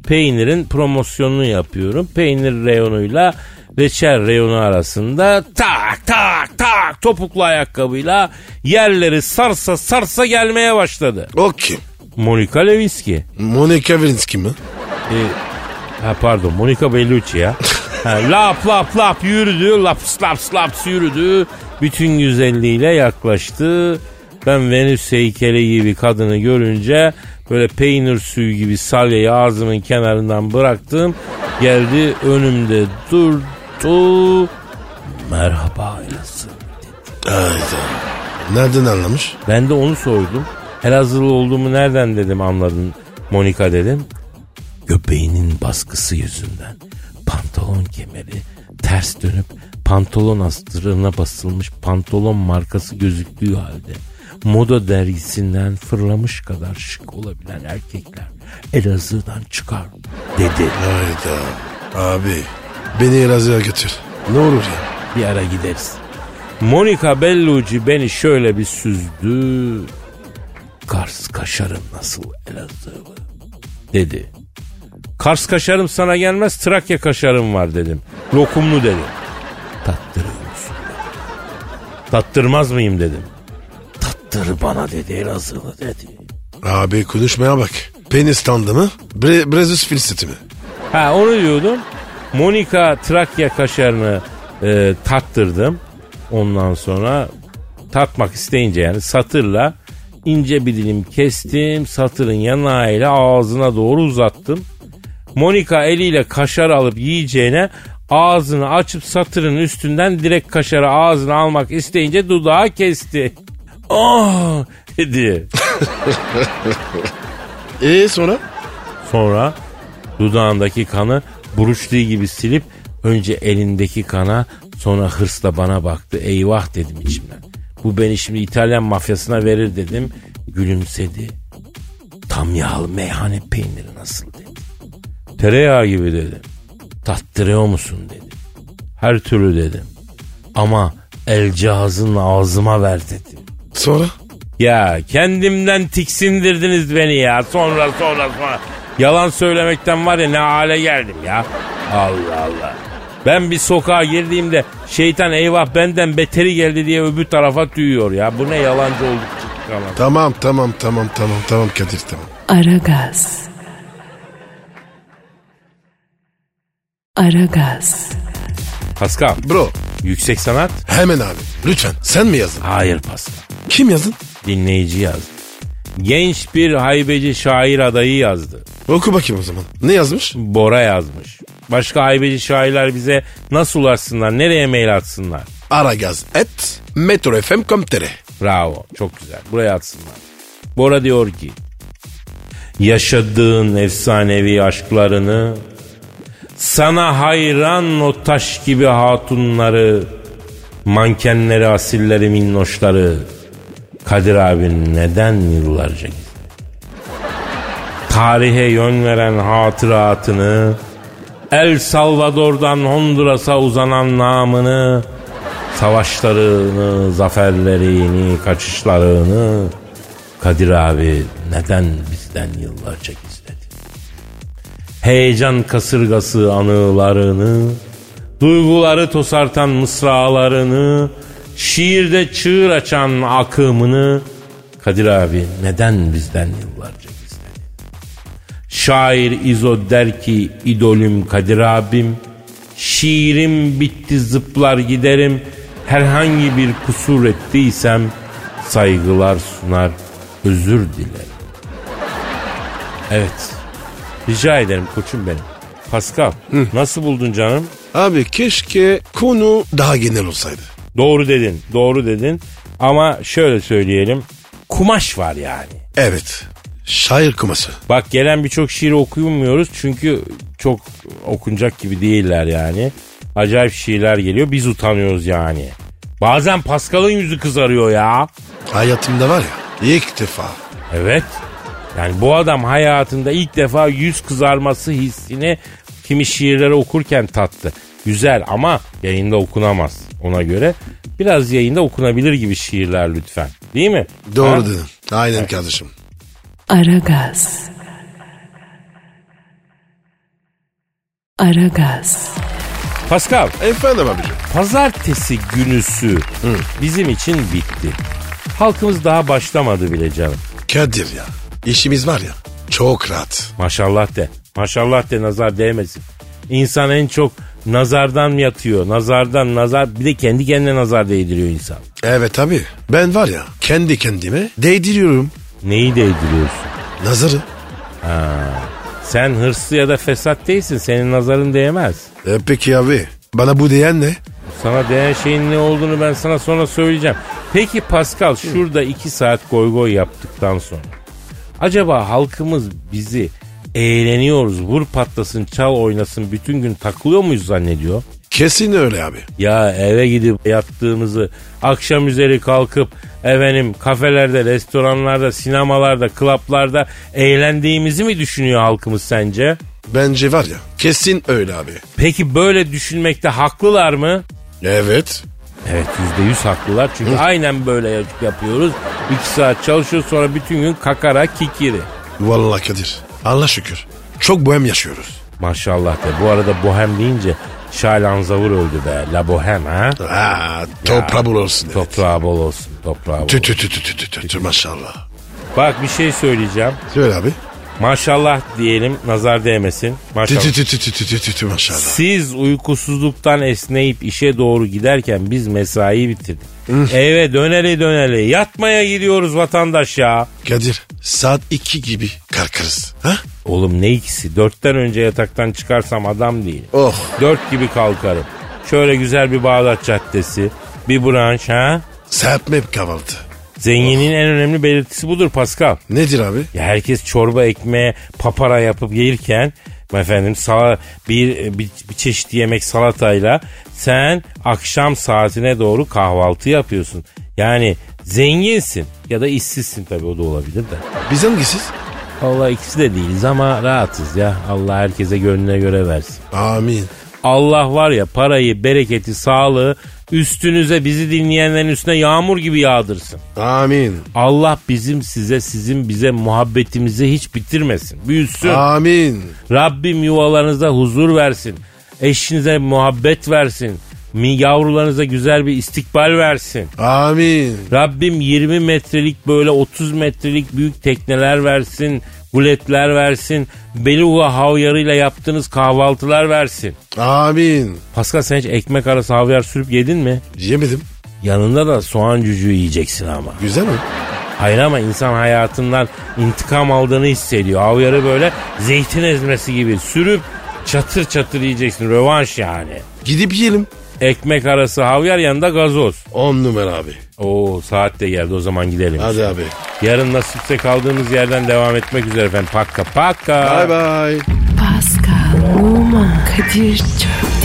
S2: peynirin promosyonunu yapıyorum. Peynir reyonuyla reçel reyonu arasında tak tak tak topuklu ayakkabıyla yerleri sarsa sarsa gelmeye başladı.
S3: O kim?
S2: Monika Lewinsky.
S3: Monica Lewinsky mi?
S2: E, ha pardon Monica Bellucci ya. Ha, lap lap lap yürüdü. Laps laps laps yürüdü. Bütün güzelliğiyle yaklaştı. Ben Venüs heykeli gibi kadını görünce böyle peynir suyu gibi salyayı ağzımın kenarından bıraktım. Geldi önümde durdu. Merhaba ailesi.
S3: Hayda. Nereden anlamış?
S2: Ben de onu sordum. Elazığlı olduğumu nereden dedim anladın Monika dedim. Göbeğinin baskısı yüzünden pantolon kemeri ters dönüp pantolon astırına basılmış pantolon markası gözüktüğü halde moda dergisinden fırlamış kadar şık olabilen erkekler Elazığ'dan çıkar dedi.
S3: Hayda. Abi beni Elazığ'a götür. Ne olur ya.
S2: Bir ara gideriz. Monica Bellucci beni şöyle bir süzdü. Kars kaşarım nasıl Elazığlı dedi. Kars kaşarım sana gelmez Trakya kaşarım var dedim. Lokumlu dedi. Tattırıyor musun? dedi. Tattırmaz mıyım dedim. Tattır bana dedi Elazığlı dedi.
S3: Abi konuşmaya bak. Penis standı mı? Bre Brezus filseti mi?
S2: Ha onu diyordum. Monika Trakya kaşarını e, tattırdım. Ondan sonra tatmak isteyince yani satırla ince bir dilim kestim. Satırın yanağıyla ağzına doğru uzattım. Monika eliyle kaşar alıp yiyeceğine ağzını açıp satırın üstünden direkt kaşarı ağzına almak isteyince dudağı kesti. Ah dedi.
S3: E sonra?
S2: Sonra dudağındaki kanı buruştuğu gibi silip önce elindeki kana sonra hırsla bana baktı. Eyvah dedim içimden. Bu beni şimdi İtalyan mafyasına verir dedim. Gülümsedi. Tam yağlı meyhane peyniri nasıl dedi. Tereyağı gibi dedi. Tattırıyor musun dedi. Her türlü dedim. Ama el cihazını ağzıma ver dedi.
S3: Sonra?
S2: Ya kendimden tiksindirdiniz beni ya. Sonra sonra sonra. Yalan söylemekten var ya ne hale geldim ya. Allah Allah. Ben bir sokağa girdiğimde şeytan eyvah benden beteri geldi diye öbür tarafa tüyüyor ya. Bu ne yalancı olduk çıktık yalan.
S3: Tamam tamam tamam tamam tamam Kadir tamam.
S1: Aragaz. Aragaz.
S2: Pascal
S3: Bro
S2: yüksek sanat.
S3: hemen abi lütfen sen mi yazdın?
S2: Hayır Pascal.
S3: Kim yazdın?
S2: Dinleyici yazdı. Genç bir haybeci şair adayı yazdı.
S3: Oku bakayım o zaman. Ne yazmış?
S2: Bora yazmış. Başka haybeci şairler bize nasıl ulaşsınlar, nereye mail atsınlar?
S3: Aragaz et metrofm.com.tr
S2: Bravo. Çok güzel. Buraya atsınlar. Bora diyor ki Yaşadığın efsanevi aşklarını Sana hayran o taş gibi hatunları Mankenleri asilleri minnoşları Kadir abi neden yıllarca gizli? Tarihe yön veren hatıratını El Salvador'dan Honduras'a uzanan namını savaşlarını, zaferlerini, kaçışlarını Kadir abi neden bizden yıllarca gizledi? Heyecan kasırgası anılarını, duyguları tosartan mısralarını, şiirde çığır açan akımını Kadir abi neden bizden yıllarca gizledi? Şair İzo der ki idolüm Kadir abim Şiirim bitti zıplar giderim Herhangi bir kusur ettiysem Saygılar sunar özür dilerim Evet Rica ederim koçum benim Pascal nasıl buldun canım?
S3: Abi keşke konu daha genel olsaydı.
S2: Doğru dedin doğru dedin Ama şöyle söyleyelim Kumaş var yani
S3: Evet. Şair kuması.
S2: Bak gelen birçok şiiri okuyamıyoruz çünkü çok okunacak gibi değiller yani. Acayip şiirler geliyor biz utanıyoruz yani. Bazen Pascal'ın yüzü kızarıyor ya.
S3: Hayatımda var ya ilk defa
S2: Evet. Yani bu adam hayatında ilk defa yüz kızarması hissini kimi şiirleri okurken tattı. Güzel ama yayında okunamaz ona göre. Biraz yayında okunabilir gibi şiirler lütfen. Değil mi?
S3: Doğru
S2: Ha?
S3: dedin. Aynen kardeşim.
S1: Aragaz. Aragaz.
S2: Pascal,
S3: Efendim abicim.
S2: pazartesi günüsü bizim için bitti. Halkımız daha başlamadı bile canım.
S3: Kadir ya. İşimiz var ya. Çok rahat.
S2: Maşallah de. Maşallah de nazar değmesin. İnsan en çok nazardan yatıyor. Nazardan nazar bir de kendi kendine nazar değdiriyor insan.
S3: Evet abi. Ben var ya kendi kendime değdiriyorum.
S2: Neyi değdiriyorsun?
S3: Nazarı.
S2: Sen hırslı ya da fesat değilsin. Senin nazarın değmez.
S3: E peki abi. Bana bu diyen ne?
S2: Sana değen şeyin ne olduğunu ben sana sonra söyleyeceğim. Peki Pascal şurada iki saat goy goy yaptıktan sonra. Acaba halkımız bizi eğleniyoruz, vur patlasın, çal oynasın, bütün gün takılıyor muyuz zannediyor?
S3: Kesin öyle abi.
S2: Ya eve gidip yattığımızı akşam üzeri kalkıp efendim kafelerde, restoranlarda, sinemalarda, klaplarda eğlendiğimizi mi düşünüyor halkımız sence?
S3: Bence var ya. Kesin öyle abi.
S2: Peki böyle düşünmekte haklılar mı?
S3: Evet.
S2: Evet yüzde yüz haklılar çünkü aynen böyle yap- yapıyoruz. İki saat çalışıyoruz sonra bütün gün kakara kikiri.
S3: Vallahi Kadir. Allah şükür. Çok bohem yaşıyoruz.
S2: Maşallah de bu arada bohem deyince Şaylan Zavur öldü be la bohem ha.
S3: Aa, toprağı bol olsun. evet.
S2: Toprağı bol olsun toprağı bol
S3: Tü
S2: olsun.
S3: tü tü tü tü tü tü tü maşallah.
S2: Bak bir şey söyleyeceğim.
S3: Söyle abi.
S2: Maşallah diyelim nazar değmesin.
S3: Tü
S2: Maşallah.
S3: tü tü tü tü tü tü tü tü maşallah.
S2: Siz uykusuzluktan esneyip işe doğru giderken biz mesai bitirdik. Eve döneli döneli yatmaya gidiyoruz vatandaş ya.
S3: Kadir saat iki gibi kalkarız. Ha?
S2: Oğlum ne ikisi? Dörtten önce yataktan çıkarsam adam değil.
S3: Oh.
S2: Dört gibi kalkarım. Şöyle güzel bir Bağdat Caddesi, bir branş ha.
S3: Serpme kahvaltı.
S2: Zenginin en önemli belirtisi budur Pascal.
S3: Nedir abi?
S2: Ya herkes çorba ekmeğe papara yapıp yerken efendim sala, bir, bir, bir çeşit yemek salatayla sen akşam saatine doğru kahvaltı yapıyorsun. Yani zenginsin ya da işsizsin tabii o da olabilir de.
S3: Biz hangisiz?
S2: Allah ikisi de değiliz ama rahatız ya. Allah herkese gönlüne göre versin.
S3: Amin.
S2: Allah var ya parayı, bereketi, sağlığı üstünüze bizi dinleyenlerin üstüne yağmur gibi yağdırsın.
S3: Amin.
S2: Allah bizim size, sizin bize muhabbetimizi hiç bitirmesin. Büyüsün.
S3: Amin.
S2: Rabbim yuvalarınıza huzur versin. Eşinize muhabbet versin. Mi yavrularınıza güzel bir istikbal versin.
S3: Amin.
S2: Rabbim 20 metrelik böyle 30 metrelik büyük tekneler versin. Guletler versin. Beluga havyarıyla yaptığınız kahvaltılar versin.
S3: Amin.
S2: Pascal sen hiç ekmek arası havyar sürüp yedin mi?
S3: Yemedim.
S2: Yanında da soğan cücüğü yiyeceksin ama.
S3: Güzel mi?
S2: Hayır ama insan hayatından intikam aldığını hissediyor. Havyarı böyle zeytin ezmesi gibi sürüp çatır çatır yiyeceksin. Rövanş yani.
S3: Gidip yiyelim.
S2: Ekmek arası havyar yanında gazoz.
S3: On numara abi.
S2: Oo saat de geldi o zaman gidelim.
S3: Hadi abi.
S2: Yarın nasipse kaldığımız yerden devam etmek üzere efendim. Pakka pakka.
S3: Bye bye.
S1: Pascal, Oman, Kadir çok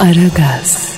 S1: Aragaz.